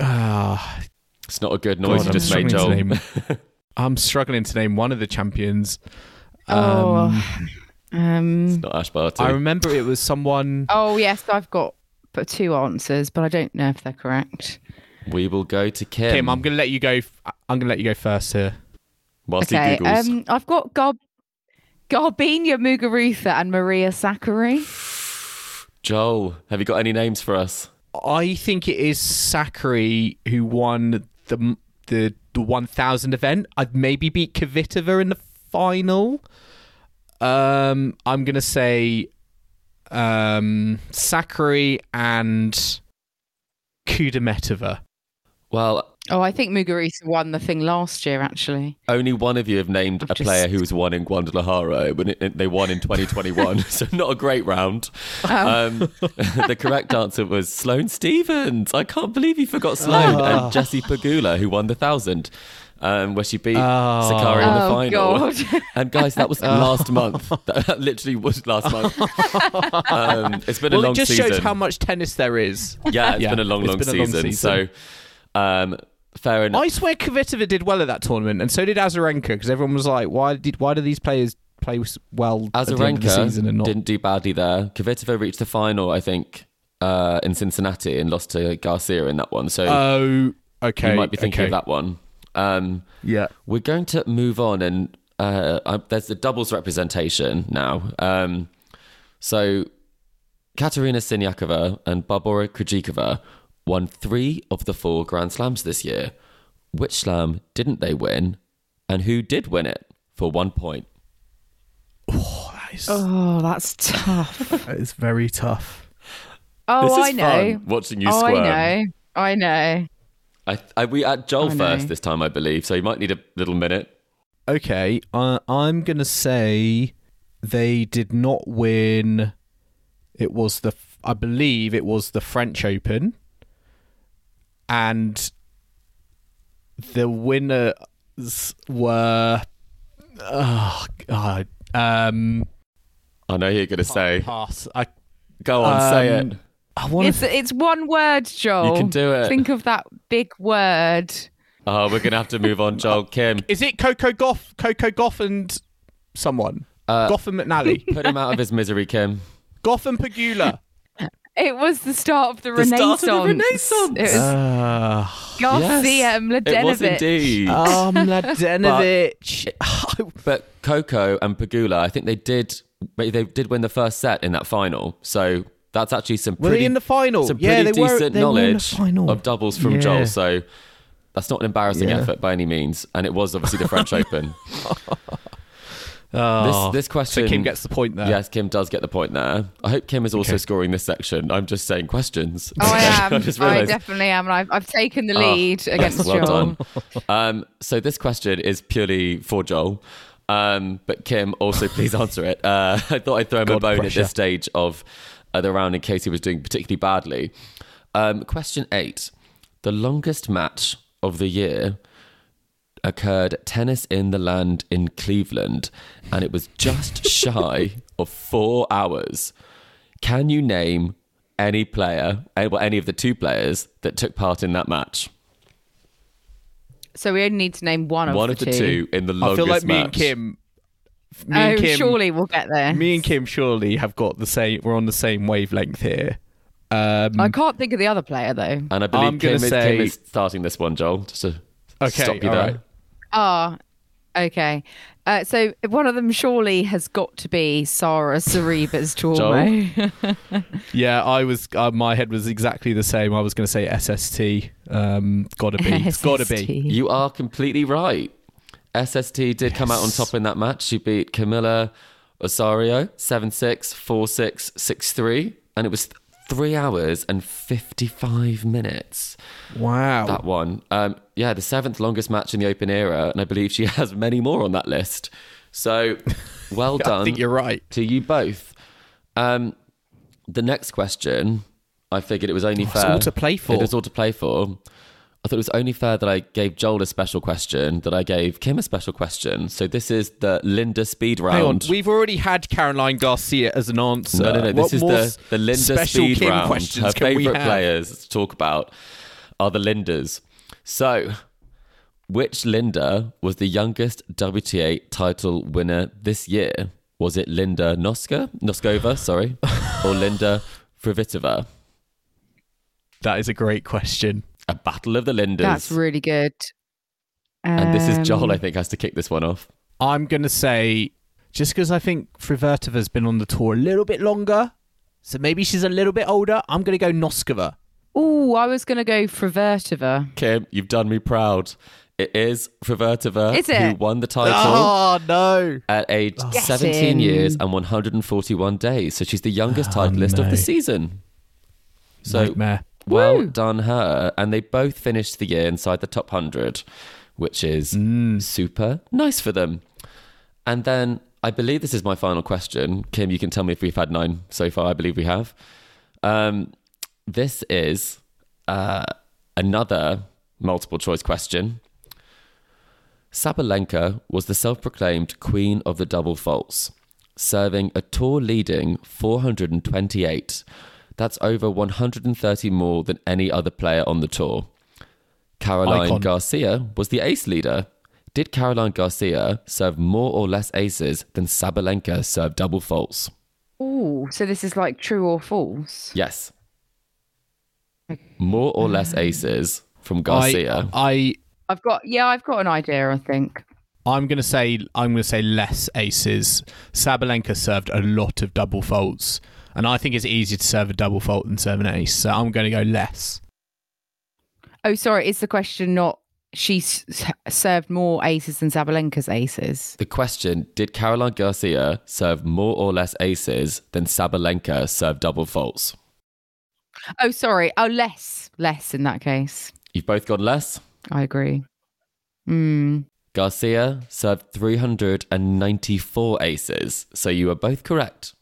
S2: Ah,
S3: It's not a good
S2: God,
S3: noise you
S2: I'm
S3: just made,
S2: struggling to
S3: Joel.
S2: name- I'm struggling to name one of the champions.
S4: Oh.
S2: Um,
S4: um,
S3: Not Ash Barty.
S2: I remember it was someone.
S4: oh yes, I've got but two answers, but I don't know if they're correct.
S3: We will go to Kim.
S2: Kim, I'm going to let you go. f- I'm going to let you go first here.
S3: Whilst
S4: okay,
S3: he googles.
S4: um, I've got Gar- Garbina Muguruza and Maria Zachary.
S3: Joel, have you got any names for us?
S2: I think it is Sakari who won the the, the 1000 event. I'd maybe beat Kvitova in the final. Um, I'm going to say um, Sakari and Kudametova.
S3: Well,
S4: Oh, I think Muguruza won the thing last year, actually.
S3: only one of you have named
S4: I've
S3: a player
S4: just-
S3: who has won in Guadalajara when it, they won in 2021, so not a great round. Um, the correct answer was Sloane Stevens. I can't believe you forgot Sloane
S2: Ah.
S3: and Jessie Pagula, who won the thousand, um, where she beat
S2: Ah.
S3: Sakari in the
S4: Oh,
S3: final.
S4: God.
S3: And guys, that was last month. That literally was last month. um, it's been a
S2: Well,
S3: long
S2: it just
S3: season.
S2: shows how much tennis there is.
S3: yeah, it's
S2: Yeah,
S3: been a long,
S2: it's
S3: long,
S2: been a
S3: season,
S2: long
S3: So,
S2: season.
S3: um, fair enough.
S2: I swear Kvitova did well at that tournament, and so did Azarenka, because everyone was like, "Why did why do these players play s- well at the end of the season and
S3: Azarenka
S2: not?"
S3: didn't do badly there. Kvitova reached the final, I think, uh, in Cincinnati and lost to Garcia in that one. So
S2: Oh, okay.
S3: you might be thinking
S2: okay.
S3: of that one. Um,
S2: Yeah.
S3: we're going to move on, and uh, I, there's the doubles representation now. Um, so Katerina Sinyakova and Barbora Krejcikova won three of the four Grand Slams this year. Which slam didn't they win, and who did win it for one point?
S4: Oh, that's tough.
S2: That is very tough.
S4: Oh,
S3: this is
S4: I know.
S3: fun watching you
S4: oh,
S3: squirm.
S4: I know. I know.
S3: I, I we at Joel
S4: I know.
S3: first this time, I believe. So you might need a little minute.
S2: Okay, uh, I'm gonna say they did not win. It was the, f- I believe it was the French Open, and the winners were. Oh God. Um,
S3: I know you're going to say.
S2: pass. I
S3: Go on, say
S2: Um,
S3: it.
S2: I want
S4: It's
S2: to.
S4: it's one word, Joel.
S3: You can do it.
S4: Um, oh, Think of that big word.
S3: Oh, we're going to have to move on, Joel. Kim,
S2: Is it Coco Goff? Coco Goff and someone.
S3: Uh,
S2: Goff and McNally.
S3: put him out of his misery, Kim.
S2: Goff and Pagula.
S4: It was the start of the,
S3: The start of
S4: Renaissance.
S3: the Renaissance.
S4: It was
S3: Uh,
S4: Garcia
S3: Yes,
S4: Mladenovic.
S3: It was indeed.
S4: Uh,
S2: Oh, Mladenovic. Oh,
S3: but Coco and Pagula, I think they did. They did win the first set in that final. So that's actually some
S2: Were
S3: pretty
S2: they in the final?
S3: Some
S2: Yeah,
S3: pretty
S2: they were-
S3: decent
S2: they were in the
S3: knowledge
S2: final.
S3: of doubles from
S2: Yeah.
S3: Joel. So that's not an embarrassing
S2: Yeah.
S3: effort by any means, and it was obviously the French Open.
S2: Oh,
S3: this question-
S2: So Kim gets the point there.
S3: Yes, Kim does get the point there. I hope Kim is also
S2: Okay.
S3: scoring this section. I'm just saying questions.
S4: Oh, I am. I,
S3: just realised.
S4: definitely am. And I've, I've taken the
S3: Ah,
S4: lead against
S3: well
S4: Joel.
S3: done. Um, so this question is purely for Joel. Um, but Kim, also please answer it. Uh, I thought I'd throw him a
S2: God,
S3: bone at
S2: pressure.
S3: this stage of uh, the round in case he was doing particularly badly. Um, question eight. The longest match of the year occurred at Tennis in the Land in Cleveland, and it was just shy of four hours. Can you name any player, eh, well, any of the two players that took part in that match?
S4: So we only need to name one of
S3: One
S4: the
S3: of the two in the
S2: I
S3: longest
S2: feel like me and
S3: match.
S2: Kim. Me
S4: oh,
S2: and Kim.
S4: surely we'll get there.
S2: Me and Kim surely have got the same. We're on the same wavelength here. Um,
S4: I can't think of the other player though.
S3: And I believe
S2: I'm gonna
S3: Kim is,
S2: say-
S3: Kim is starting this one, Joel. Just to
S2: Okay,
S3: stop you
S2: all
S3: there.
S2: right.
S4: Ah, okay. Uh, so one of them surely has got to be Sarah Cereba's Tormo.
S2: yeah, I was. Uh, my head was exactly the same. I was going to say SST. Um, gotta be. It's gotta be.
S4: SST.
S3: You are completely right. SST did come out on top in that match. She beat Camilla Osario 7 6, 4 6, 6 3. And it was th- three hours and 55 minutes,
S2: Wow.
S3: that one. Um, yeah, the seventh longest match in the open era. And I believe she has many more on that list. So well done.
S2: I think you're right.
S3: to you both. Um, the next question, I figured it was only
S2: Oh, it's
S3: fair.
S2: all to play for.
S3: It was all to play for. I thought it was only fair that I gave Joel a special question, that I gave Kim a special question. So this is the Linda speed
S2: Hang on,
S3: round.
S2: we've already had Caroline Garcia as an answer.
S3: no, no, no.
S2: What
S3: This is
S2: more
S3: the, the Linda
S2: special
S3: speed
S2: Kim
S3: round.
S2: questions
S3: Her
S2: can we
S3: favorite
S2: have?
S3: players to talk about are the Lindas. So, which Linda was the youngest WTA title winner this year? Was it Linda Noska, Noskova, sorry, or Linda Frivitova?
S2: That is a great question.
S3: A battle of the Lindas.
S4: That's really good.
S3: and this is Joel,
S4: Um,
S3: I think, has to kick this one off.
S2: I'm going to say just because I think Frivertova's been on the tour a little bit longer, so maybe she's a little bit older. I'm going to go Noskova.
S4: Oh, I was going to go Fravertova.
S3: Kim, you've done me proud. It is Frivitova
S4: Is it? Oh,
S3: who won the title.
S2: Ah, no!
S3: at age
S2: Oh.
S4: Get
S3: 17
S4: in.
S3: years and 141 days. So she's the youngest titleist of
S2: Oh, no.
S3: the season. So
S2: Nightmare.
S3: well done her. And they both finished the year inside the top 100, which is
S2: Mm.
S3: super nice for them. And then I believe this is my final question. Kim, you can tell me if we've had nine so far. I believe we have. Um, this is uh, another multiple choice question. Sabalenka was the self proclaimed queen of the double faults, serving a tour leading 428. That's over 130 more than any other player on the tour. Caroline
S2: Icon.
S3: Garcia was the ace leader. Did Caroline Garcia serve more or less aces than Sabalenka served double faults?
S4: Oh, so this is like true or false?
S3: Yes. More or less aces from Garcia.
S2: I,
S4: I've got, yeah, I've got an idea, I think.
S2: I, I'm going to say I'm going to say less aces. Sabalenka served a lot of double faults, and I think it's easier to serve a double fault than serve an ace. So I'm going to go less.
S4: Oh, sorry, is the question not she's s- served more aces than Sabalenka's aces?
S3: The question Did Caroline Garcia serve more or less aces than Sabalenka served double faults?
S4: Oh, sorry. Oh, less, less in that case.
S3: You've both gone less.
S4: I agree. Mm.
S3: Garcia served 394 aces. So you are both correct.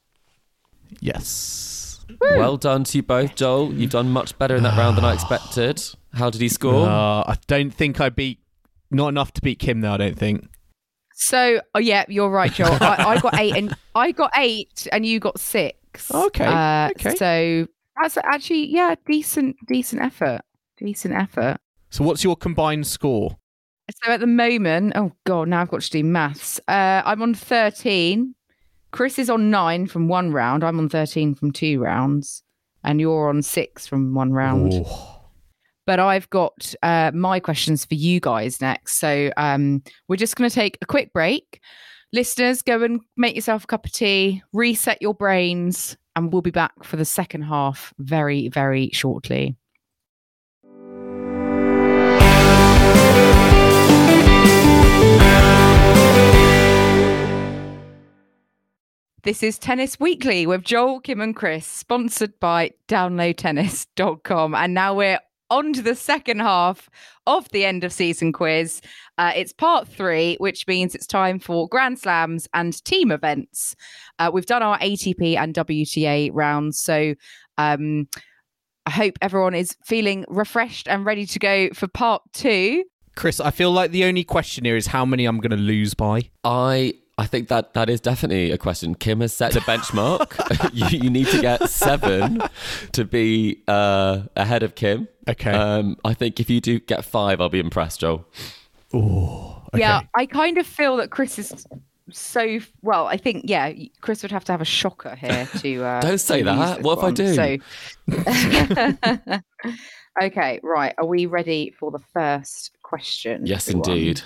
S2: Yes.
S3: Well done to you both, Joel. You've done much better in that round than I expected. How did he score?
S2: Uh, I don't think I beat. Not enough to beat Kim, though. I don't think.
S4: So, oh yeah, you're right, Joel. I, I got eight, and I got eight, and you got six.
S2: Okay,
S4: Uh,
S2: okay.
S4: So that's actually yeah, decent, decent effort, decent effort.
S2: So what's your combined score?
S4: So at the moment, oh god, now I've got to do maths. Uh, I'm on thirteen. Chris is on nine from one round. I'm on thirteen from two rounds, and you're on six from one round. but I've got uh, my questions for you guys next. So um, we're just going to take a quick break. Listeners, go and make yourself a cup of tea, reset your brains, and we'll be back for the second half very, very shortly. This is Tennis Weekly with Joel, Kim, and Chris, sponsored by DownloadTennis.com. And now we're on to the second half of the end of season quiz. Uh, it's part three, which means it's time for Grand Slams and team events. Uh, we've done our ATP and WTA rounds. So, um, I hope everyone is feeling refreshed and ready to go for part two.
S2: Chris, I feel like the only question here is how many I'm going to lose by.
S3: I I think that that is definitely a question. Kim has set the benchmark. you, you need to get seven to be uh, ahead of Kim.
S2: Okay.
S3: Um, I think if you do get five, I'll be impressed, Joel.
S2: oh,
S4: Yeah, I kind of feel that Chris is so well. I think yeah, Chris would have to have a shocker here to. Uh,
S3: Don't say
S4: to
S3: that.
S4: use this
S3: What if I
S4: one.
S3: do?
S4: So, okay, right. Are we ready for the first question?
S3: Yes,
S4: everyone?
S3: indeed.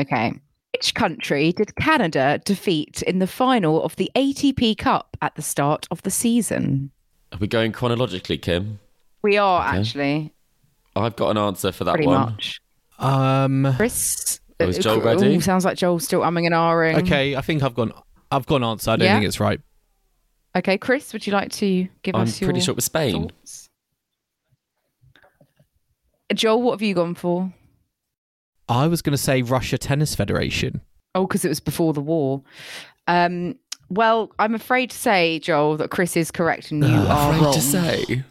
S4: Okay. Which country did Canada defeat in the final of the ATP Cup at the start of the season?
S3: Are we going chronologically, Kim?
S4: We are
S3: Okay.
S4: actually
S3: I've got an answer for that
S4: pretty
S3: one.
S4: much.
S2: Um.
S4: Chris.
S3: Oh, is
S4: uh,
S3: Joel
S4: ooh,
S3: ready?
S4: sounds like Joel's still umming and ahhing.
S2: Okay, I think I've gone. I've gone answer. I don't
S4: Yeah?
S2: think it's right.
S4: Okay, Chris, would you like to give
S3: I'm
S4: us your
S3: pretty sure it was Spain.
S4: thoughts? Joel, what have you gone for?
S2: I was going to say Russia Tennis Federation.
S4: Oh, because it was before the war. Um, well, I'm afraid to say, Joel, that Chris is correct and you are
S3: Afraid
S4: wrong.
S3: to say.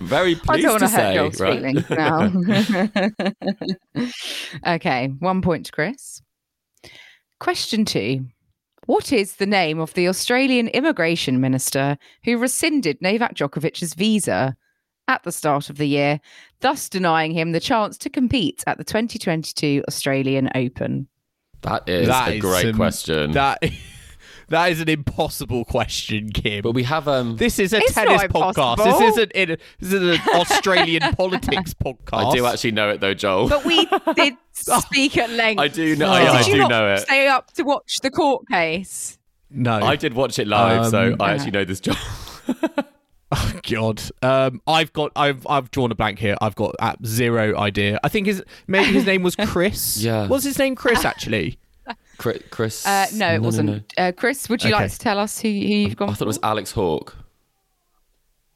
S3: Very pleased
S4: I don't want
S3: to
S4: to hurt
S3: say.
S4: Joel's
S3: right?
S4: feelings now. okay, one point to Chris. Question two. What is the name of the Australian immigration minister who rescinded Novak Djokovic's visa at the start of the year, thus denying him the chance to compete at the 2022 Australian Open?
S3: That is
S2: That
S3: a
S2: is
S3: great
S2: some-
S3: question.
S2: That that is an impossible question, Kim.
S3: But we have um
S2: this is a
S4: It's
S2: tennis
S4: not
S2: podcast.
S4: impossible.
S2: This isn't in, this is an Australian politics podcast.
S3: I do actually know it though, Joel.
S4: But we did speak at length.
S3: I do know
S2: Oh.
S3: I, I
S4: Did you
S3: do
S4: not
S3: know it.
S4: stay up to watch the court case?
S2: No.
S3: I did watch it live, so
S2: Um,
S3: I actually know this Joel.
S2: Oh God, um, I've got, I've, I've drawn a blank here. I've got uh, zero idea. I think his maybe his name was Chris.
S3: Yeah.
S2: was his name Chris actually?
S3: Chris, Chris
S4: Uh, no, it wasn't. Uh, Chris, would you
S2: Okay.
S4: like to tell us who, who you've
S3: I
S4: gone
S3: thought it
S4: for?
S3: was Alex Hawke.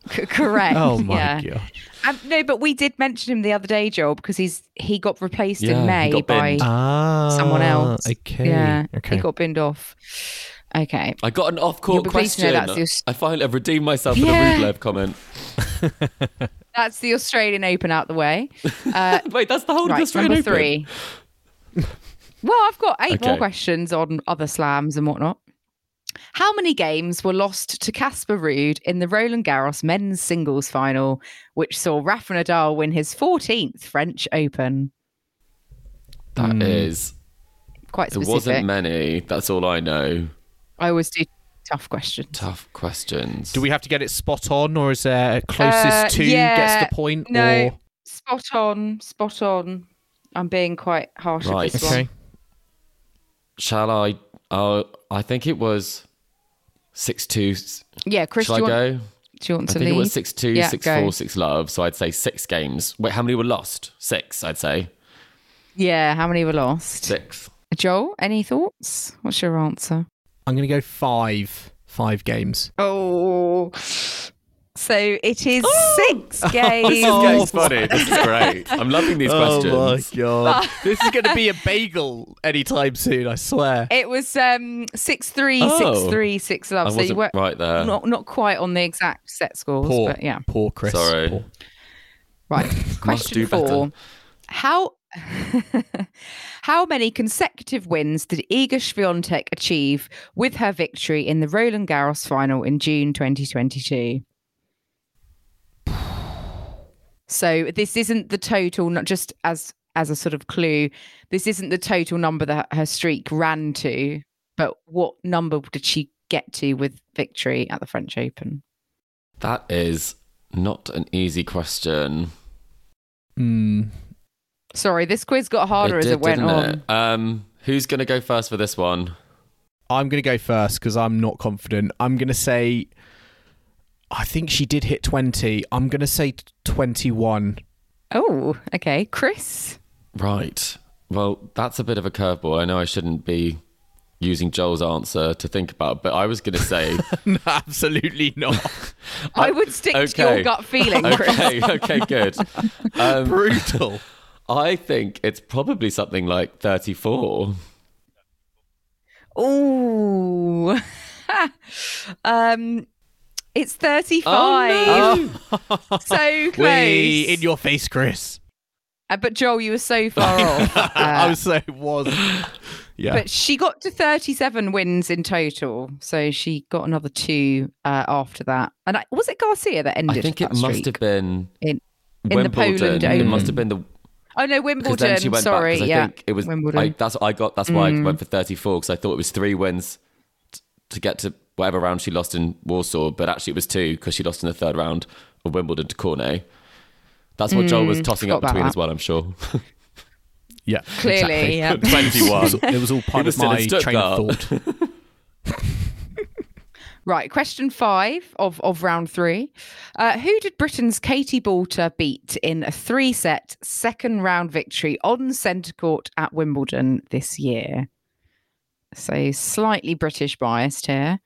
S4: C- correct.
S2: Oh my
S4: yeah.
S2: God.
S4: Um, no, but we did mention him the other day, Joel, because he's he got replaced
S3: Yeah,
S4: in
S3: he
S4: May
S3: got
S4: by
S3: binned.
S2: Ah,
S4: someone else.
S2: Okay,
S4: Yeah,
S2: okay.
S4: He got binned off. Okay.
S3: I got an
S4: You'll
S3: off-court
S4: be pleased to
S3: question.
S4: know that's the Aus-
S3: I finally I've redeemed myself
S4: Yeah.
S3: with a Rublev comment.
S4: That's the Australian Open out the way. Uh,
S3: Wait, that's the whole of the
S4: right,
S3: Australian
S4: number
S3: Open.
S4: three. well, I've got eight more
S3: Okay.
S4: questions on other slams and whatnot. How many games were lost to Casper Ruud in the Roland Garros men's singles final, which saw Rafa Nadal win his 14th French Open?
S3: That
S2: Mm.
S3: is-
S4: Quite
S3: There
S4: specific.
S3: wasn't many. That's all I know.
S4: I always do tough questions.
S3: Tough questions.
S2: Do we have to get it spot on, or is there closest
S4: Uh,
S2: to
S4: yeah,
S2: gets the point?
S4: no.
S2: or...
S4: Spot on, spot on. I'm being quite harsh
S3: Right.
S4: with this
S2: okay.
S4: one.
S3: Shall I? Uh, I think it was six two.
S4: Yeah, Chris,
S3: Shall
S4: do
S3: I
S4: you, want,
S3: go?
S4: do you want
S3: I
S4: to
S3: think
S4: lead?
S3: it was six two,
S4: Yeah,
S3: six
S4: go.
S3: four, six love. So I'd say six games. Wait, how many were lost? Six, I'd say.
S4: Yeah, how many were lost?
S3: Six.
S4: Joel, any thoughts? What's your answer?
S2: I'm gonna go five, five games.
S4: Oh. So it is Oh. six games.
S2: Oh.
S3: This is funny. This is great. I'm loving these questions.
S2: my god! this is going to be a bagel anytime soon. I swear.
S4: It was um six three, six three, six
S3: Oh. I
S4: love. So you
S3: wasn't
S4: were
S3: right there.
S4: not not quite on the exact set scores,
S2: Poor,
S4: but yeah.
S2: poor Chris.
S3: Sorry.
S2: Poor.
S4: Right. Question
S3: do better.
S4: four. How how many consecutive wins did Iga Swiatek achieve with her victory in the Roland Garros final in June 2022? So this isn't the total, not just as as a sort of clue. This isn't the total number that her streak ran to, but what number did she get to with victory at the French Open?
S3: That is not an easy question.
S2: Mm.
S4: Sorry, this quiz got harder as
S3: did,
S4: it went
S3: didn't
S4: on.
S3: it? Um, who's gonna go first for this one?
S2: I'm going to go first because I'm not confident. I'm going to say. I think she did hit 20. I'm going to say 21.
S4: Oh, okay. Chris?
S3: Right. Well, that's a bit of a curveball. I know I shouldn't be using Joel's answer to think about, but I was going to say,
S2: no, absolutely not.
S4: I would stick to your
S3: okay.
S4: gut feeling. Chris.
S3: okay, okay, good. Um,
S2: Brutal.
S3: I think it's probably something like 34.
S4: Ooh. um, it's 35.
S3: Oh,
S4: So close.
S2: Way in your face, Chris.
S4: Uh, but Joel, you were so far off. Uh,
S2: I was so was. Yeah.
S4: But she got to 37 wins in total. So she got another two uh, after that. And I, was it Garcia that ended?
S3: I think
S4: that
S3: it must
S4: streak?
S3: have been
S4: In- in the
S3: Wimbledon.
S4: Poland
S3: it
S4: Open.
S3: must have been the
S4: Oh, no,
S3: because then she
S4: Wimbledon.
S3: went
S4: Sorry.
S3: back. 'cause I
S4: yeah.
S3: think it was.
S4: Wimbledon. Mm.
S3: I, that's I got. That's why I went for 34 because I thought it was three wins t- to get to whatever round she lost in Warsaw, but actually it was two because she lost in the third round of Wimbledon to Cornet. That's what Joel was tossing
S4: Mm, forgot
S3: up
S4: about
S3: between
S4: that.
S3: as well. I'm sure.
S2: yeah.
S4: Clearly, yeah.
S3: 21.
S2: It was all part
S3: It was
S2: of my
S3: still in
S2: train of thought.
S4: Right, question five of, of round three. Uh, who did Britain's Katie Balter beat in a three set second round victory on centre court at Wimbledon this year? So slightly British biased here,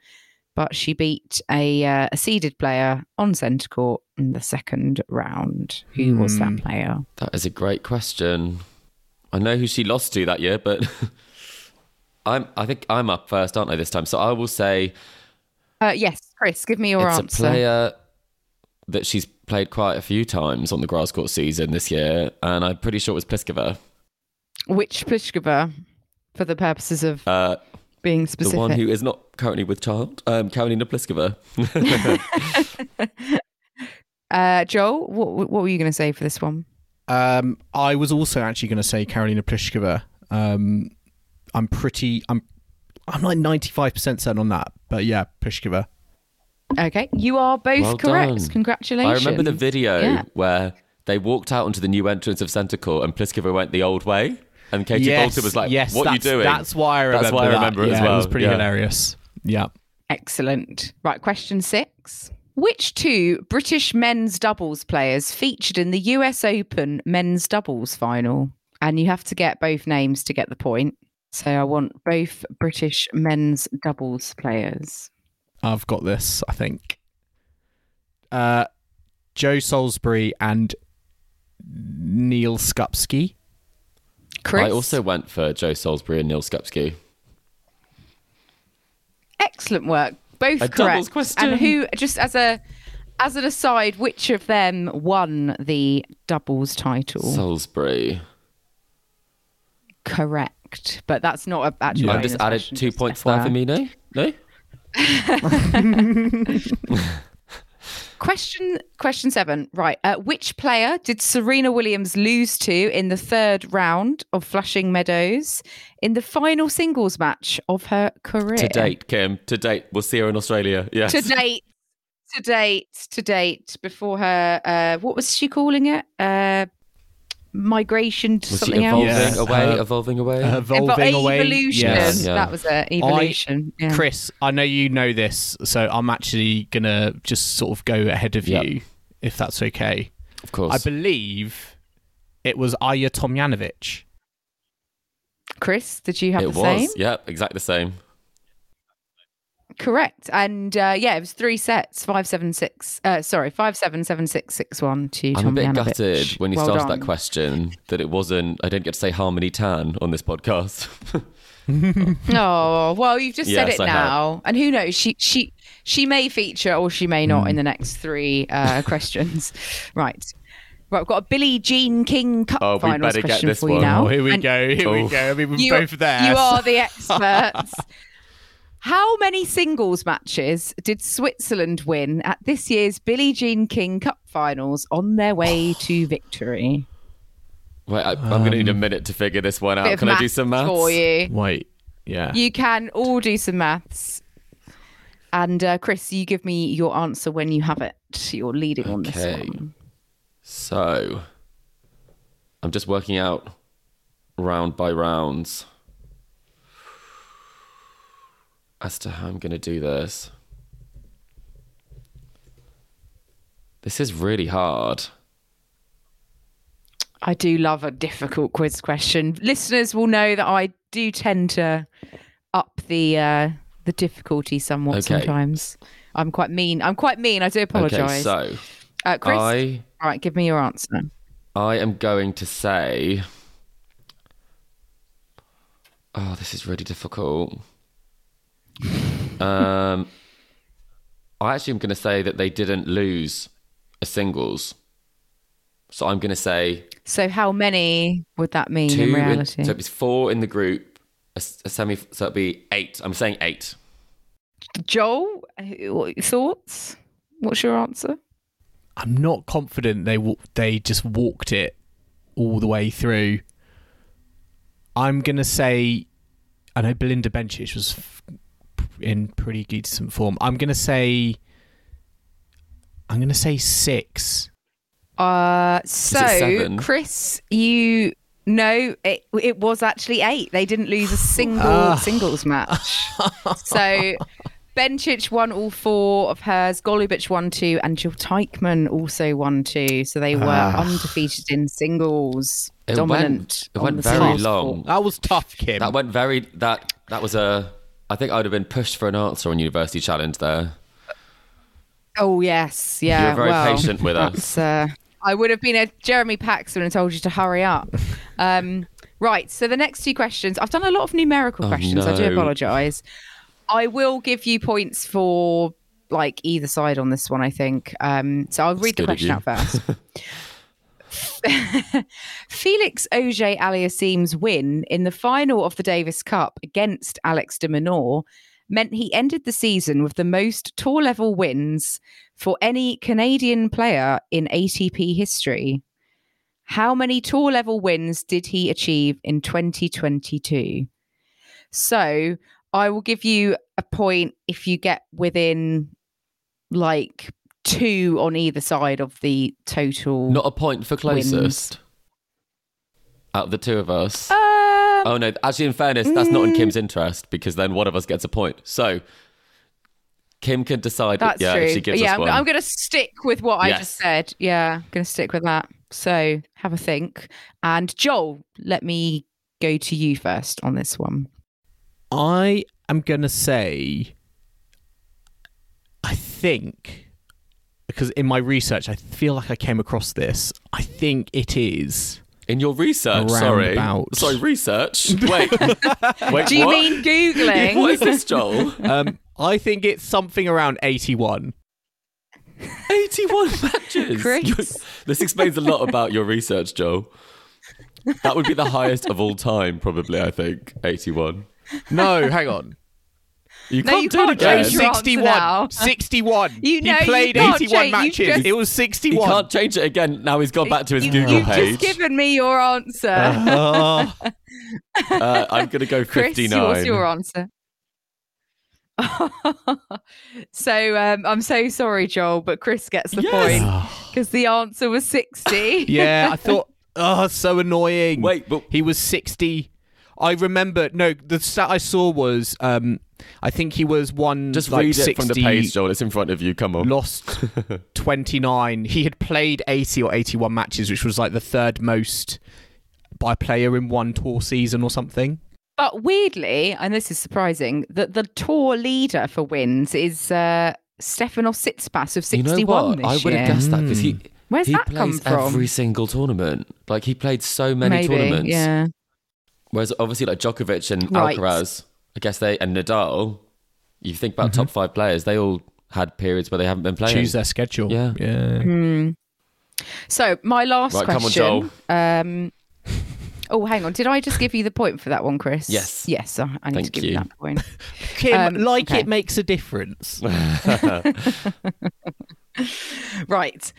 S4: but she beat a, uh, a seeded player on centre court in the second round. Who was
S3: Hmm.
S4: that player?
S3: That is a great question. I know who she lost to that year, but I'm. I think I'm up first, aren't I? This time, so I will say
S4: Uh, yes, Chris, give me your
S3: it's
S4: answer.
S3: a player that she's played quite a few times on the grass court season this year, and I'm pretty sure it was Pliskova,
S4: Which Pliskova, for the purposes of
S3: uh,
S4: being
S3: the
S4: specific?
S3: one who is not currently with child, um, Karolina Pliskova.
S4: Uh, Joel, what, what were you going to say for this one?
S2: Um, I was also actually going to say Karolina Pliskova. Um, I'm pretty. I'm. I'm like 95% certain on that. But yeah, Pliskova.
S4: Okay, you are both
S3: Well
S4: correct.
S3: done. I
S4: Congratulations.
S3: remember the video
S4: Yeah.
S3: where they walked out onto the new entrance of Centre Court, and Pliskova went the old way, and Katie
S2: yes,
S3: Bolter was like,
S2: yes,
S3: "What are you
S2: that's-
S3: doing?"
S2: That's why I remember.
S3: That's why I
S2: that.
S3: remember it as
S2: yeah, It
S3: well,
S2: was pretty
S3: yeah.
S2: hilarious. Yeah.
S4: Excellent. Right, question six. Which two British men's doubles players featured in the US Open men's doubles final? And you have to get both names to get the point. So I want both British men's doubles players.
S2: I've got this, I think. Uh, Joe Salisbury and Neil Skupski.
S4: Chris.
S3: I also went for Joe Salisbury and Neil Skupski.
S4: Excellent work. Both
S3: A doubles
S4: correct.
S3: question.
S4: And who just as a as an aside, which of them won the doubles title?
S3: Salisbury.
S4: Correct, but that's not a actual.
S3: I've just
S4: bonus
S3: added
S4: question,
S3: two
S4: just
S3: points
S4: FYI.
S3: there for me. No, no.
S4: Question question seven. Right, uh, which player did Serena Williams lose to in the third round of Flushing Meadows in the final singles match of her career?
S3: To date, Kim. To date, we'll see her in Australia. Yes.
S4: to date, to date, to date. Before her, uh, what was she calling it? Uh, migration to
S3: Was she
S4: something
S3: evolving
S4: else.
S2: Yeah.
S3: away?
S2: Uh,
S3: evolving away?
S2: Evolving
S4: Evo-
S2: away.
S4: Evolution.
S2: Yes.
S3: Yeah.
S4: That was it. Evolution. yeah.
S2: Chris, I know you know this, so I'm actually going to just sort of go ahead of
S3: Yep.
S2: you, if that's okay.
S3: of course.
S2: I believe it was Aya Tomjanovic.
S4: Chris, did you have
S3: it
S4: the
S3: was.
S4: same?
S3: Yep, exactly the same.
S4: Correct. And uh, yeah, it was three sets, five seven six uh sorry, five seven seven six six one to
S3: I'm a
S4: Tom
S3: bit
S4: Yanovich.
S3: gutted when you
S4: Well
S3: started
S4: done.
S3: that question that it wasn't. I didn't get to say Harmony Tan on this podcast.
S4: Oh well you've just said
S3: Yes,
S4: it
S3: I have.
S4: now. And who knows, she she she may feature or she may
S3: Hmm.
S4: not in the next three uh questions. Right. Right, we've got a Billie Jean King Cup
S3: Oh, we
S4: finals
S3: better get
S4: question
S3: this
S4: for you
S3: one.
S4: now.
S2: Oh, here we
S4: And
S2: go. Here
S3: Oh.
S2: we go. I mean, we're
S4: you,
S2: both there.
S4: you
S2: so-
S4: are the experts. How many singles matches did Switzerland win at this year's Billie Jean King Cup finals on their way to victory?
S3: Wait, I, I'm going to need a minute to figure this one
S4: bit
S3: out.
S4: of
S3: Oh, Can I do
S4: maths
S3: some maths?
S4: for you.
S2: Wait. Yeah.
S4: You can all do some maths. And uh, Chris, you give me your answer when you have it. You're leading on this
S3: Okay.
S4: one.
S3: So, I'm just working out round by rounds as to how I'm going to do this. This is really hard.
S4: I do love a difficult quiz question. Listeners will know that I do tend to up the uh, the difficulty somewhat
S3: Okay.
S4: sometimes. I'm quite mean. I'm quite mean. I do apologise.
S3: Okay, so
S4: uh, Chris,
S3: I
S4: all right, give me your answer.
S3: I am going to say. Oh, this is really difficult. Um, I actually am going to say that they didn't lose a singles. So I'm going to say
S4: So, how many would that mean
S3: two.
S4: in
S3: in-
S4: reality?
S3: so it's four in the group, a, s- a semi. So it'd be eight. I'm saying eight.
S4: Joel, who- what- thoughts? What's your answer?
S2: I'm not confident they wa- they just walked it all the way through. I'm gonna say, I know Belinda Bencic was f- in pretty decent form. I'm gonna say, I'm gonna say six.
S4: Uh, so,
S3: seven?
S4: Chris, you no, it it was actually eight. They didn't lose a single
S3: Ah.
S4: singles match. so, Benchich won all four of hers. Golubic won two, and Jill Teichman also won two. So they were undefeated in singles,
S3: Ah. It went-
S4: dominant.
S3: it
S4: on
S3: went
S4: the
S3: very
S4: task
S3: long.
S4: force.
S2: That was tough, Kim.
S3: That went very. That that was a. I think I would have been pushed for an answer on University Challenge there.
S4: Oh yes, yeah.
S3: you were very
S4: well,
S3: patient with us.
S4: That's, uh, I would have been a Jeremy Paxton and told you to hurry up. Um, right. So the next two questions, I've done a lot of numerical questions. I do
S3: no.
S4: apologise. I will give you points for like either side on this one. I think. Um, so I'll read the
S3: good of
S4: question out first. Felix Auger Aliassim's win in the final of the Davis Cup against Alex de Minaur meant he ended the season with the most tour level wins for any Canadian player in ATP history. How many tour level wins did he achieve in 2022? So I will give you a point if you get within like two on either side of the total.
S3: Not a point for closest.
S4: Wins.
S3: Out of the two of us.
S4: Um,
S3: oh no, actually in fairness, that's not in
S4: Mm.
S3: Kim's interest because then one of us gets a point. So Kim can decide
S4: That's
S3: yeah,
S4: true.
S3: if she gives
S4: yeah,
S3: us
S4: I'm,
S3: one.
S4: I'm going to stick with what I just
S3: Yes.
S4: said. Yeah, going to stick with that. So have a think. And Joel, let me go to you first on this one.
S2: I am gonna say, I think, because in my research, I feel like I came across this. I think it is.
S3: in your research, sorry.
S2: Roundabout.
S3: Sorry, research. Wait. Wait,
S4: Do you
S3: what?
S4: mean
S3: what is
S4: Googling?
S3: this, Joel?
S2: Um, I think it's something around eighty-one.
S3: 81 matches.
S4: Chris?
S3: You- this explains a lot about your research, Joel. That would be the highest of all time, probably, I think. 81.
S2: No, hang on.
S3: You
S4: No,
S3: can't
S4: you
S3: do
S4: can't
S3: it again.
S4: change your answer now.
S2: 61. 61.
S4: You know
S2: he
S4: you
S2: played
S4: can't
S2: 81
S4: change- you
S2: matches.
S4: just-
S2: it was
S3: He
S2: 61.
S3: can't change it again. Now he's gone back to his
S4: you,
S3: Google
S4: have
S3: page. Uh-huh.
S4: just given me your answer.
S2: Oh,
S3: uh, I'm going to go
S4: Chris,
S3: 59.
S4: what's your answer? so um, I'm so sorry, Joel, but Chris gets the
S3: Yes.
S4: point because the answer was 60.
S2: yeah, I thought, oh, so annoying.
S3: Wait, but
S2: He was 60. I remember, no, the stat I saw was, um, I think he was one.
S3: just
S2: like,
S3: read it
S2: 60,
S3: from the page, Joel. It's in front of you. Come on.
S2: Lost 29. He had played 80 or 81 matches, which was like the third most by player in one tour season or something.
S4: But weirdly, and this is surprising, that the tour leader for wins is uh, Stefanos Tsitsipas of 61 this
S3: I would
S4: year. Mm.
S3: have guessed that because he
S4: Where's
S3: he
S4: that
S3: plays
S4: come from?
S3: every single tournament. Like he played so many
S4: Maybe,
S3: tournaments.
S4: yeah.
S3: Whereas obviously like Djokovic and
S4: Right.
S3: Alcaraz, I guess they and Nadal. You think about
S4: Mm-hmm.
S3: top five players, they all had periods where they haven't been playing.
S2: Choose their schedule.
S3: Yeah.
S2: Yeah.
S4: So my last
S3: Right, come on,
S4: question. Um, oh, hang on. Did I just give you the point for that one, Chris?
S3: Yes.
S4: Yes, I I need to
S3: Thank
S4: give
S3: you.
S4: you that point.
S2: Kim,
S4: Um,
S2: like
S4: okay.
S2: it makes a difference.
S4: right.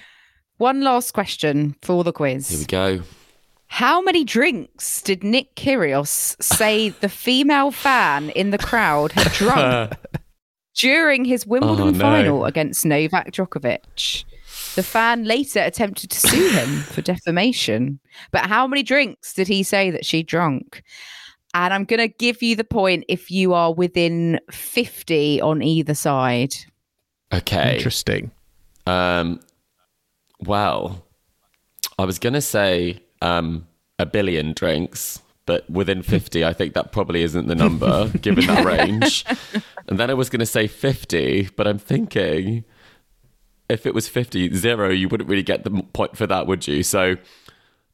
S4: One last question for the quiz.
S3: Here we go.
S4: How many drinks did Nick Kyrgios say the female fan in the crowd had drunk during his Wimbledon
S3: Oh, no.
S4: final against Novak Djokovic? The fan later attempted to sue him for defamation. But how many drinks did he say that she drunk? And I'm going to give you the point if you are within 50 on either side.
S3: Okay.
S2: Interesting.
S3: Um, well, I was gonna say um, a billion drinks, but within 50, I think that probably isn't the number given that range. And then I was going to say 50, but I'm thinking if it was 50, zero, you wouldn't really get the m- point for that, would you? So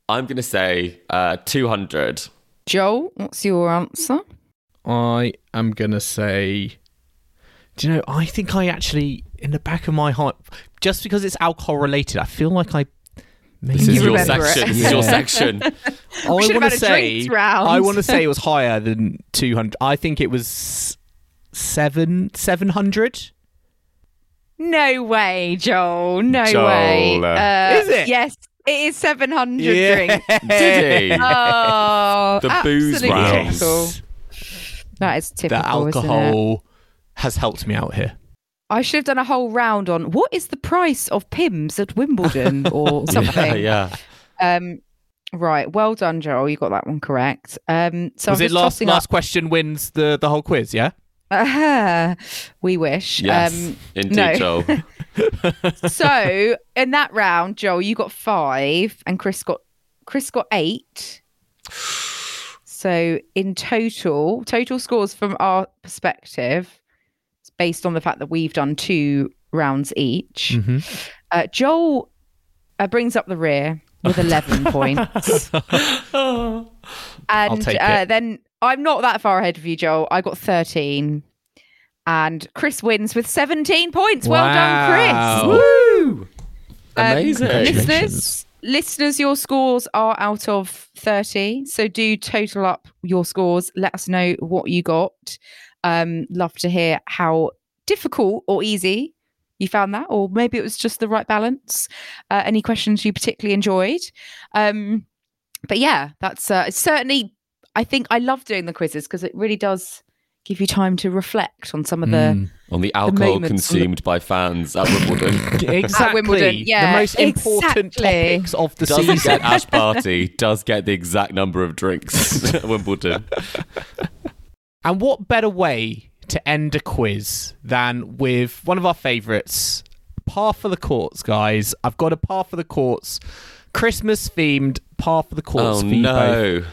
S3: I'm going to say uh, 200.
S4: Joel, what's your answer?
S2: I am gonna say. Do you know? I think I actually, in the back of my heart, just because it's alcohol related, I feel like I. Maybe
S3: This is
S4: You
S3: your
S4: remember it.
S3: section. This is
S2: Yeah.
S3: your section.
S2: I
S4: We should have
S2: want to
S4: had a
S2: say.
S4: drinks round.
S2: I want to say it was higher than two hundred. I think it was seven seven hundred.
S4: No way, Joel. No
S3: Joel,
S4: way.
S3: uh,
S4: Uh,
S2: Is it?
S4: Yes, it is 700 drinks.
S3: Did he?
S4: Oh,
S3: The booze
S4: absolutely
S3: round.
S4: typical.
S2: Yes.
S4: That is typical.
S2: That
S4: Isn't it?
S2: alcohol has helped me out here.
S4: I should have done a whole round on what is the price of Pims at Wimbledon or
S3: yeah,
S4: something.
S3: yeah.
S4: Um, right. Well done, Joel. You got that one correct. Um, so
S2: was
S4: I'm
S2: it
S4: just
S2: last
S4: tossing
S2: last
S4: up.
S2: question wins the the whole quiz? Yeah.
S4: Uh-huh. we wish. Um,
S3: Yes. Indeed,
S4: no.
S3: Joel.
S4: so in that round, Joel, you got five, and Chris got Chris got eight. So in total, total scores from our perspective, it's based on the fact that we've done two rounds each.
S2: Mm-hmm.
S4: Uh, Joel uh, brings up the rear with eleven points, and
S2: take
S4: uh,
S2: it.
S4: then I'm not that far ahead of you, Joel. I got thirteen. And Chris wins with 17 points. Well done, Chris.
S2: Wow.
S3: Woo!
S4: Um,
S3: Amazing.
S2: Congratulations.
S4: listeners, listeners, your scores are out of 30. So do total up your scores. Let us know what you got. Um, love to hear how difficult or easy you found that, or maybe it was just the right balance. Uh, any questions you particularly enjoyed? Um, but yeah, that's uh, it's certainly, I think I love doing the quizzes because it really does give you time to reflect on some of the.
S2: Mm.
S3: On the alcohol
S4: moments on the-
S3: consumed by fans at Wimbledon.
S2: Exactly.
S4: Wimbledon, yeah,
S2: the most important
S4: exactly.
S2: topics of the
S3: does
S2: season.
S3: get Ash Party does get the exact number of drinks at Wimbledon.
S2: And what better way to end a quiz than with one of our favourites, Par for the Courts, guys. I've got a Par for the Courts, Christmas themed Par for the Courts
S3: Oh
S2: for you both.
S3: no!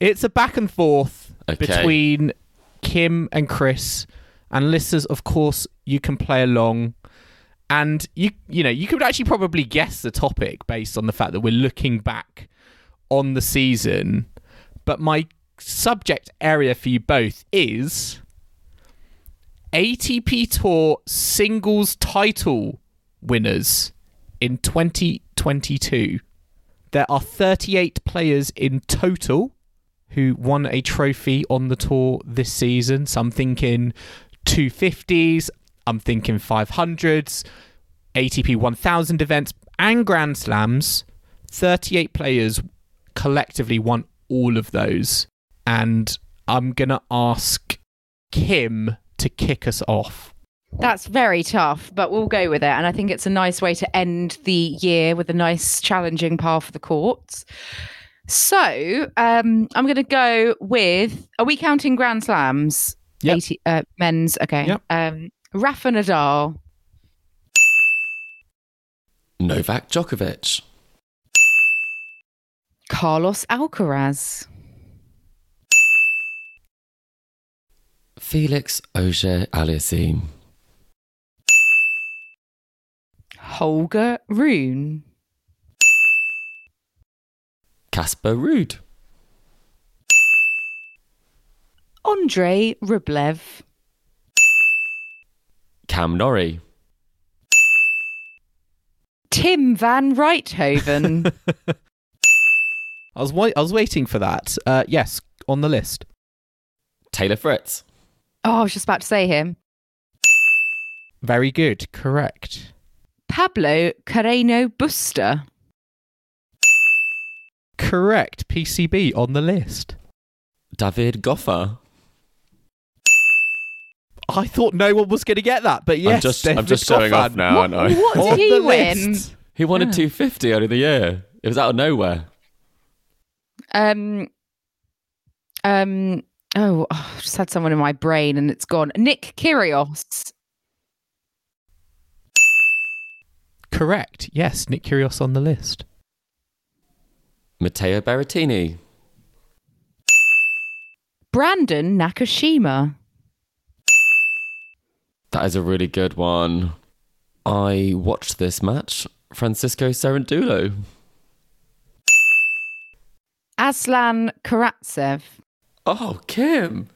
S2: It's a back and forth
S3: Okay.
S2: between Kim and Chris. And listeners, of course, you can play along. And you you know, you could actually probably guess the topic based on the fact that we're looking back on the season. But my subject area for you both is ATP Tour singles title winners in 2022. There are 38 players in total who won a trophy on the tour this season. So I'm thinking 250s, I'm thinking 500s, ATP 1000 events, and Grand Slams. 38 players collectively won all of those. And I'm going to ask Kim to kick us off.
S4: That's very tough, but we'll go with it. And I think it's a nice way to end the year with a nice, challenging par for the courts. So um, I'm going to go with. Are we counting Grand Slams?
S2: Yep.
S4: 80, uh, men's. Okay.
S2: Yep.
S4: Um, Rafa Nadal,
S3: Novak Djokovic,
S4: Carlos Alcaraz,
S3: Felix Auger Aliassime,
S4: Holger Rune,
S3: Casper Ruud,
S4: Andre Rublev,
S3: Cam Norrie,
S4: Tim Van Rijthoven.
S2: I was, wa- I was waiting for that. Uh, yes, on the list.
S3: Taylor Fritz,
S4: oh, I was just about to say him.
S2: Very good. Correct.
S4: Pablo Carreno Buster.
S2: Correct. PCB on the list.
S3: David Goffa.
S2: I thought no one was going to get that, but yes,
S3: I'm just I'm
S2: David
S3: just showing off
S2: Goffin.
S3: now,
S4: What-
S3: aren't I?
S4: what
S2: On
S4: did he
S2: Oh, the
S4: win?
S2: list.
S3: He won a
S4: Yeah.
S3: 250 out of the year. It was out of nowhere.
S4: Um, um. Oh, oh, I just had someone in my brain and it's gone. Nick Kyrgios.
S2: Correct. Yes, Nick Kyrgios on the list.
S3: Matteo Berrettini,
S4: Brandon Nakashima.
S3: That is a really good one. I watched this match. Francisco Serendulo.
S4: Aslan Karatsev.
S3: Oh, Kim.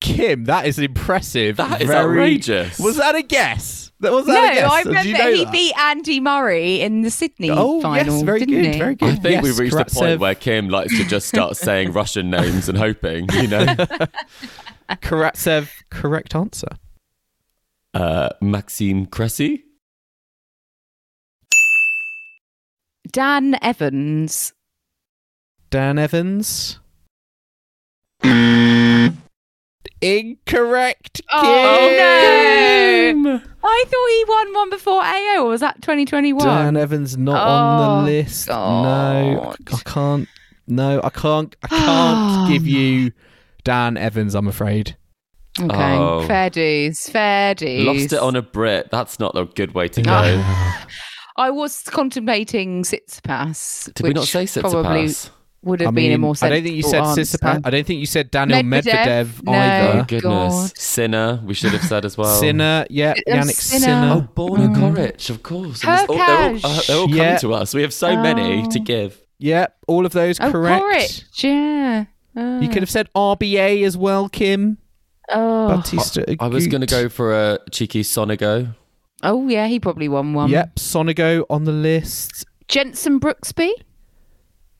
S2: Kim, that is impressive.
S3: That is
S2: Very-
S3: outrageous.
S2: Was that a guess? That was
S4: no,
S2: that a guess.
S4: I
S2: Did
S4: remember
S2: you know
S4: he
S2: that?
S4: beat Andy Murray in the Sydney
S2: Oh
S4: final,
S2: yes, very
S4: didn't
S2: good,
S4: he?
S2: very good.
S3: I think
S2: Yes,
S3: we've reached the
S2: Karatsev-
S3: point where Kim likes to just start saying Russian names and hoping, you know.
S2: Karatsev, correct answer.
S3: Uh, Maxime Cressy.
S4: Dan Evans.
S2: Dan Evans. Incorrect.
S4: Oh,
S2: Kim.
S4: no. I thought he won one before AO, or was that 2021?
S2: Dan E- Evans not on the
S4: Oh,
S2: list. No,
S4: God.
S2: I- I can't. No, I can't. I can't give you Dan Evans. I'm afraid.
S4: okay,
S3: Oh.
S4: fair dues, fair dues.
S3: Lost it on a Brit. That's not a good way to
S4: Ah,
S3: go.
S4: I was contemplating Sitsipas.
S3: Did
S4: which
S3: we not say
S4: Probably
S3: Sitsipas?
S4: would have
S2: I
S4: been a
S2: mean,
S4: more
S2: I
S4: sensible
S2: don't think you said
S4: answer.
S2: Sissipas. I don't think you said Daniel
S4: Medvedev?
S2: Medvedev,
S4: No.
S3: Oh,
S2: either.
S4: God.
S3: goodness. Sinner, we should have said as well.
S2: Sinner, yeah,
S4: Uh,
S2: Yannick
S4: Sinner.
S2: Sinner.
S4: Oh,
S3: Borna Koric, of course. And there's all- they're all, uh,
S4: Prakash.
S3: they're all
S2: Yeah.
S3: coming to us. We have so many
S4: Oh.
S3: to give.
S2: Yeah, all of those
S4: Oh,
S2: correct.
S4: Coric, yeah. Ah.
S2: You could have said RBA as well, Kim.
S4: Oh.
S2: Batista.
S3: I was
S2: Agut.
S3: going to go for a cheeky Sonigo.
S4: oh, yeah, he probably won one.
S2: Yep, Sonigo on the list.
S4: Jensen Brooksby.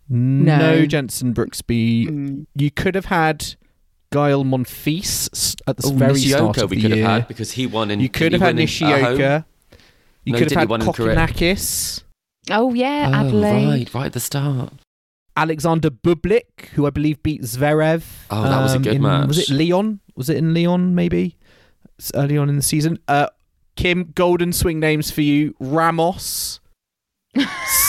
S2: No,
S4: No.
S2: Jensen Brooksby.
S4: Mm.
S2: You could have had Guile Monfils s- at the s- very start
S3: Oh, Nishioka
S2: of
S3: we
S2: the
S3: could
S2: year.
S3: have had because he won in
S2: you could
S3: did
S2: have
S3: he
S2: had
S3: win in uh, Aho?
S2: Nishioka. You
S3: No,
S2: could
S3: he
S2: have had
S3: didn't, he won in Korea.
S2: Kokonakis,
S4: Oh, yeah,
S3: Oh,
S4: Adelaide.
S3: right, right at the start.
S2: Alexander Bublik, who I believe beat Zverev. um,
S3: Oh, that was a good
S2: in, Was it
S3: match.
S2: Leon? Was it in Leon? Maybe it's early on in the season. Uh, Kim, golden swing names for you: Ramos,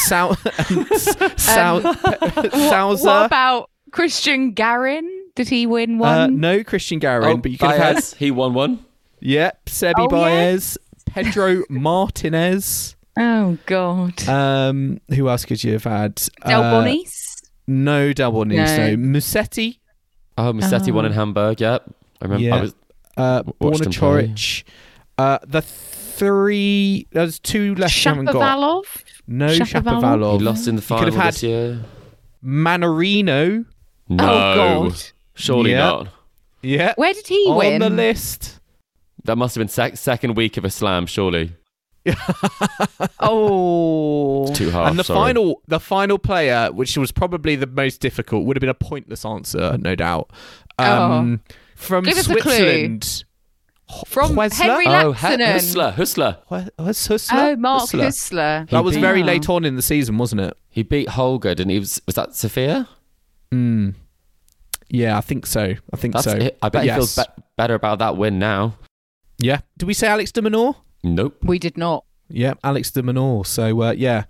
S2: Sou, and S- Sou-
S4: Um, What,
S2: Sousa.
S4: what about Christian Garin? Did he win one?
S2: Uh, no Christian Garin, but you could have had
S3: Oh, Baez, he won one.
S2: Yep, Sebi
S4: Oh, yeah.
S2: Baez, Pedro Martinez.
S4: Oh God.
S2: Um, who else could you have had?
S4: Del
S2: Uh,
S4: Bonis.
S2: No, Del Bonis.
S4: No.
S2: No, Musetti,
S3: Oh, Musetti
S4: Ah.
S3: won in Hamburg. Yep, I remember. I
S2: Yeah.
S3: was
S2: uh,
S3: Watched
S2: Borna
S3: him play.
S2: Choric. Uh, the three. There's two left you haven't got.
S4: Shapovalov.
S2: No
S4: Shapovalov?
S3: he
S2: Shapovalov.
S3: lost in the
S2: could
S3: final
S2: have had-
S3: this year.
S2: Manarino.
S3: No,
S4: Oh God.
S3: surely
S2: Yeah.
S3: not.
S2: Yeah.
S4: Where did he
S2: on
S4: win?
S2: the list.
S3: That must have been sec- second week of a slam. Surely
S4: Oh.
S3: too hard.
S2: and the
S3: sorry.
S2: final, the final player, which was probably the most difficult, would have been a pointless answer, no doubt. Um, From
S4: Oh. Give us a clue.
S2: Switzerland.
S4: From
S2: Huesler?
S4: Henry
S3: Oh, he-
S4: Laxinen.
S3: Hussler, Hussler.
S2: What, what's Hussler?
S4: Oh, Mark
S2: Hussler.
S4: Hussler.
S2: That was
S3: beat-
S2: very late on in the season, wasn't it?
S3: He beat Holger, didn't he? Was, was that Sophia?
S2: Hmm. Yeah, I think so. I think
S3: That's
S2: so.
S3: it. I
S2: But
S3: bet he
S2: yes.
S3: feels be- better about that win now.
S2: Yeah. Did we say Alex de Menor?
S3: Nope.
S4: We did not.
S2: Yeah, Alex de Menor. So, uh, yeah.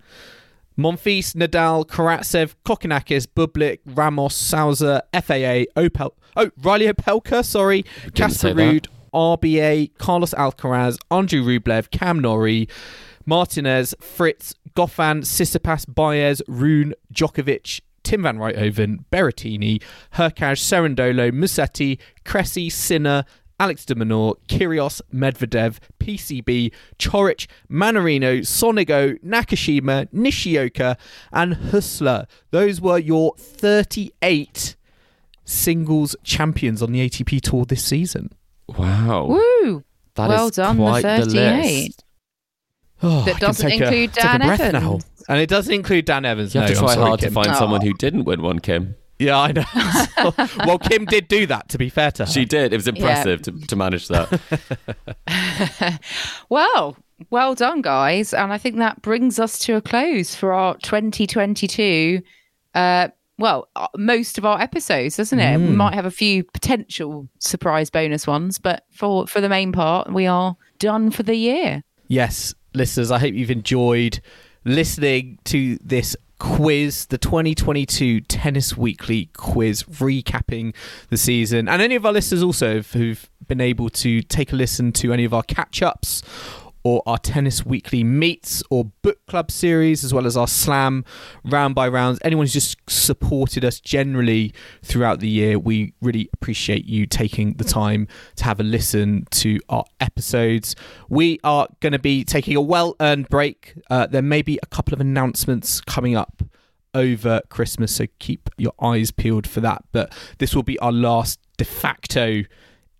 S2: Monfils, Nadal, Karatsev, Kokonakis, Bublik, Ramos, Sousa, FAA, Opel. Oh, Riley Opelka, sorry.
S3: say
S2: Casper
S3: that.
S2: Ruud, RBA, Carlos Alcaraz, Andrew Rublev, Cam Norrie, Martinez, Fritz, Goffan, Sissipas, Baez, Rune, Djokovic, Tim Van Rijthoven, Berrettini, Herkaj, Serendolo, Musetti, Cressy, Sinner, Alex de Menor, Kyrgios, Medvedev, PCB, Chorich, Manarino, Sonigo, Nakashima, Nishioka, and Hustler. Those were your 38 singles champions on the ATP Tour this season.
S3: Wow.
S4: Woo.
S3: That is
S4: well done, the
S3: quite
S4: 38.
S3: list.
S2: Oh,
S4: That
S2: I can
S4: doesn't
S2: take a-
S4: include
S2: take a
S4: Dan
S2: breath
S4: Evans.
S2: now. And it doesn't include Dan Evans.
S3: You have
S2: no,
S3: to
S2: I'm
S3: try
S2: sorry,
S3: hard to
S2: Kim.
S3: find
S4: Aw.
S3: someone who didn't win one, Kim.
S2: Yeah, I know. well, Kim did do that, to be fair to her.
S4: Uh-huh.
S3: She did. It was impressive to, to manage that.
S4: Well, well done, guys. And I think that brings us to a close for our 2022. Uh, well, uh, most of our episodes, doesn't it? We might have a few potential surprise bonus ones, but for for the main part, we are done for the year.
S2: Yes, listeners, I hope you've enjoyed listening to this quiz, the 2022 Tennis Weekly quiz, recapping the season. And any of our listeners also who've been able to take a listen to any of our catch ups or our Tennis Weekly meets or book club series, as well as our Slam round by rounds. Anyone who's just supported us generally throughout the year, we really appreciate you taking the time to have a listen to our episodes. We are going to be taking a well earned break. Uh, there may be a couple of announcements coming up over Christmas, so keep your eyes peeled for that. But this will be our last de facto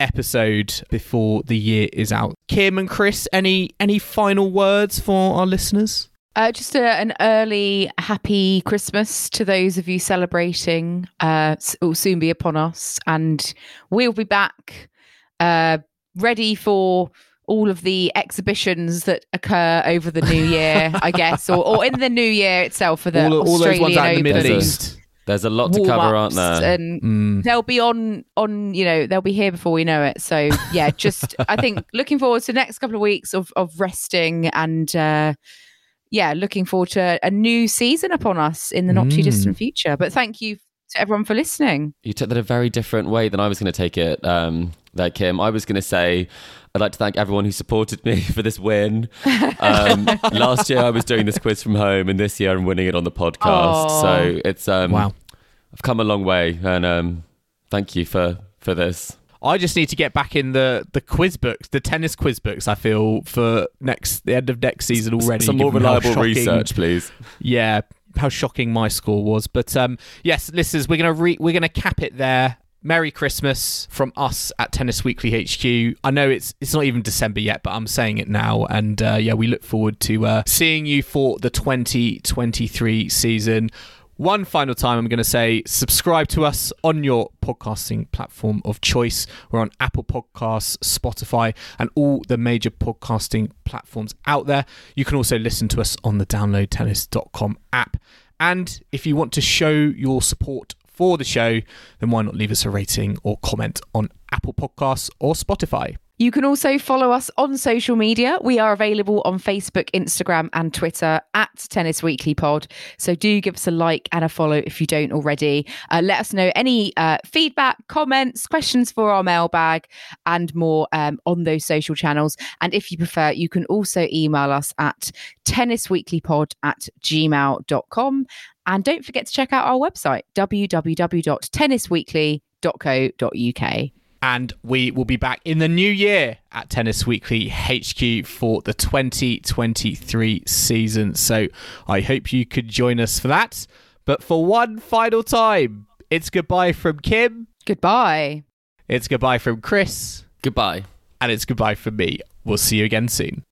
S2: episode before the year is out. Kim and Chris, any any final words for our listeners?
S4: Uh, just a, an early happy Christmas to those of you celebrating. Uh, s- it will soon be upon us, and we'll be back uh, ready for all of the exhibitions that occur over the new year, I guess, or, or in the new year itself for the
S2: all, all those
S4: Australian
S2: ones out in the Middle
S4: Open
S2: East.
S3: There's a lot to cover, aren't
S4: warm-ups
S3: there?
S4: And
S2: Mm.
S4: they'll be on on you know they'll be here before we know it so yeah just i think looking forward to the next couple of weeks of of resting and uh yeah looking forward to a new season upon us in the not too
S2: Mm.
S4: distant future but thank you to everyone for listening
S3: You took that a very different way than I was going to take it. Um, there, Kim. I was going to say, I'd like to thank everyone who supported me for this win. Um, last year, I was doing this quiz from home, and this year, I'm winning it on the podcast.
S4: Aw.
S3: So it's um,
S2: Wow.
S3: I've come a long way, and um, thank you for for this.
S2: I just need to get back in the the quiz books, the tennis quiz books. I feel for next the end of next season already.
S3: Some more
S2: given how
S3: reliable
S2: shocking-
S3: research, please.
S2: Yeah, how shocking my score was. But um, yes, listeners, we're gonna re- we're gonna cap it there. Merry Christmas from us at Tennis Weekly HQ. I know it's it's not even December yet, but I'm saying it now. And uh, yeah, we look forward to uh, seeing you for the 2023 season. One final time, I'm going to say subscribe to us on your podcasting platform of choice. We're on Apple Podcasts, Spotify, and all the major podcasting platforms out there. You can also listen to us on the downloadtennis.com app. And if you want to show your support for the show, then why not leave us a rating or comment on Apple Podcasts or Spotify?
S4: You can also follow us on social media. We are available on Facebook, Instagram, and Twitter at Tennis Weekly Pod. So do give us a like and a follow if you don't already. Uh, let us know any uh, feedback, comments, questions for our mailbag, and more um, on those social channels. And if you prefer, you can also email us at tennisweeklypod at gmail.com. And don't forget to check out our website, www.tennisweekly.co.uk.
S2: And we will be back in the new year at Tennis Weekly HQ for the 2023 season. So I hope you could join us for that. But for one final time, it's goodbye from Kim,
S4: Goodbye.
S2: it's goodbye from Chris,
S3: Goodbye.
S2: and it's goodbye from me. We'll see you again soon.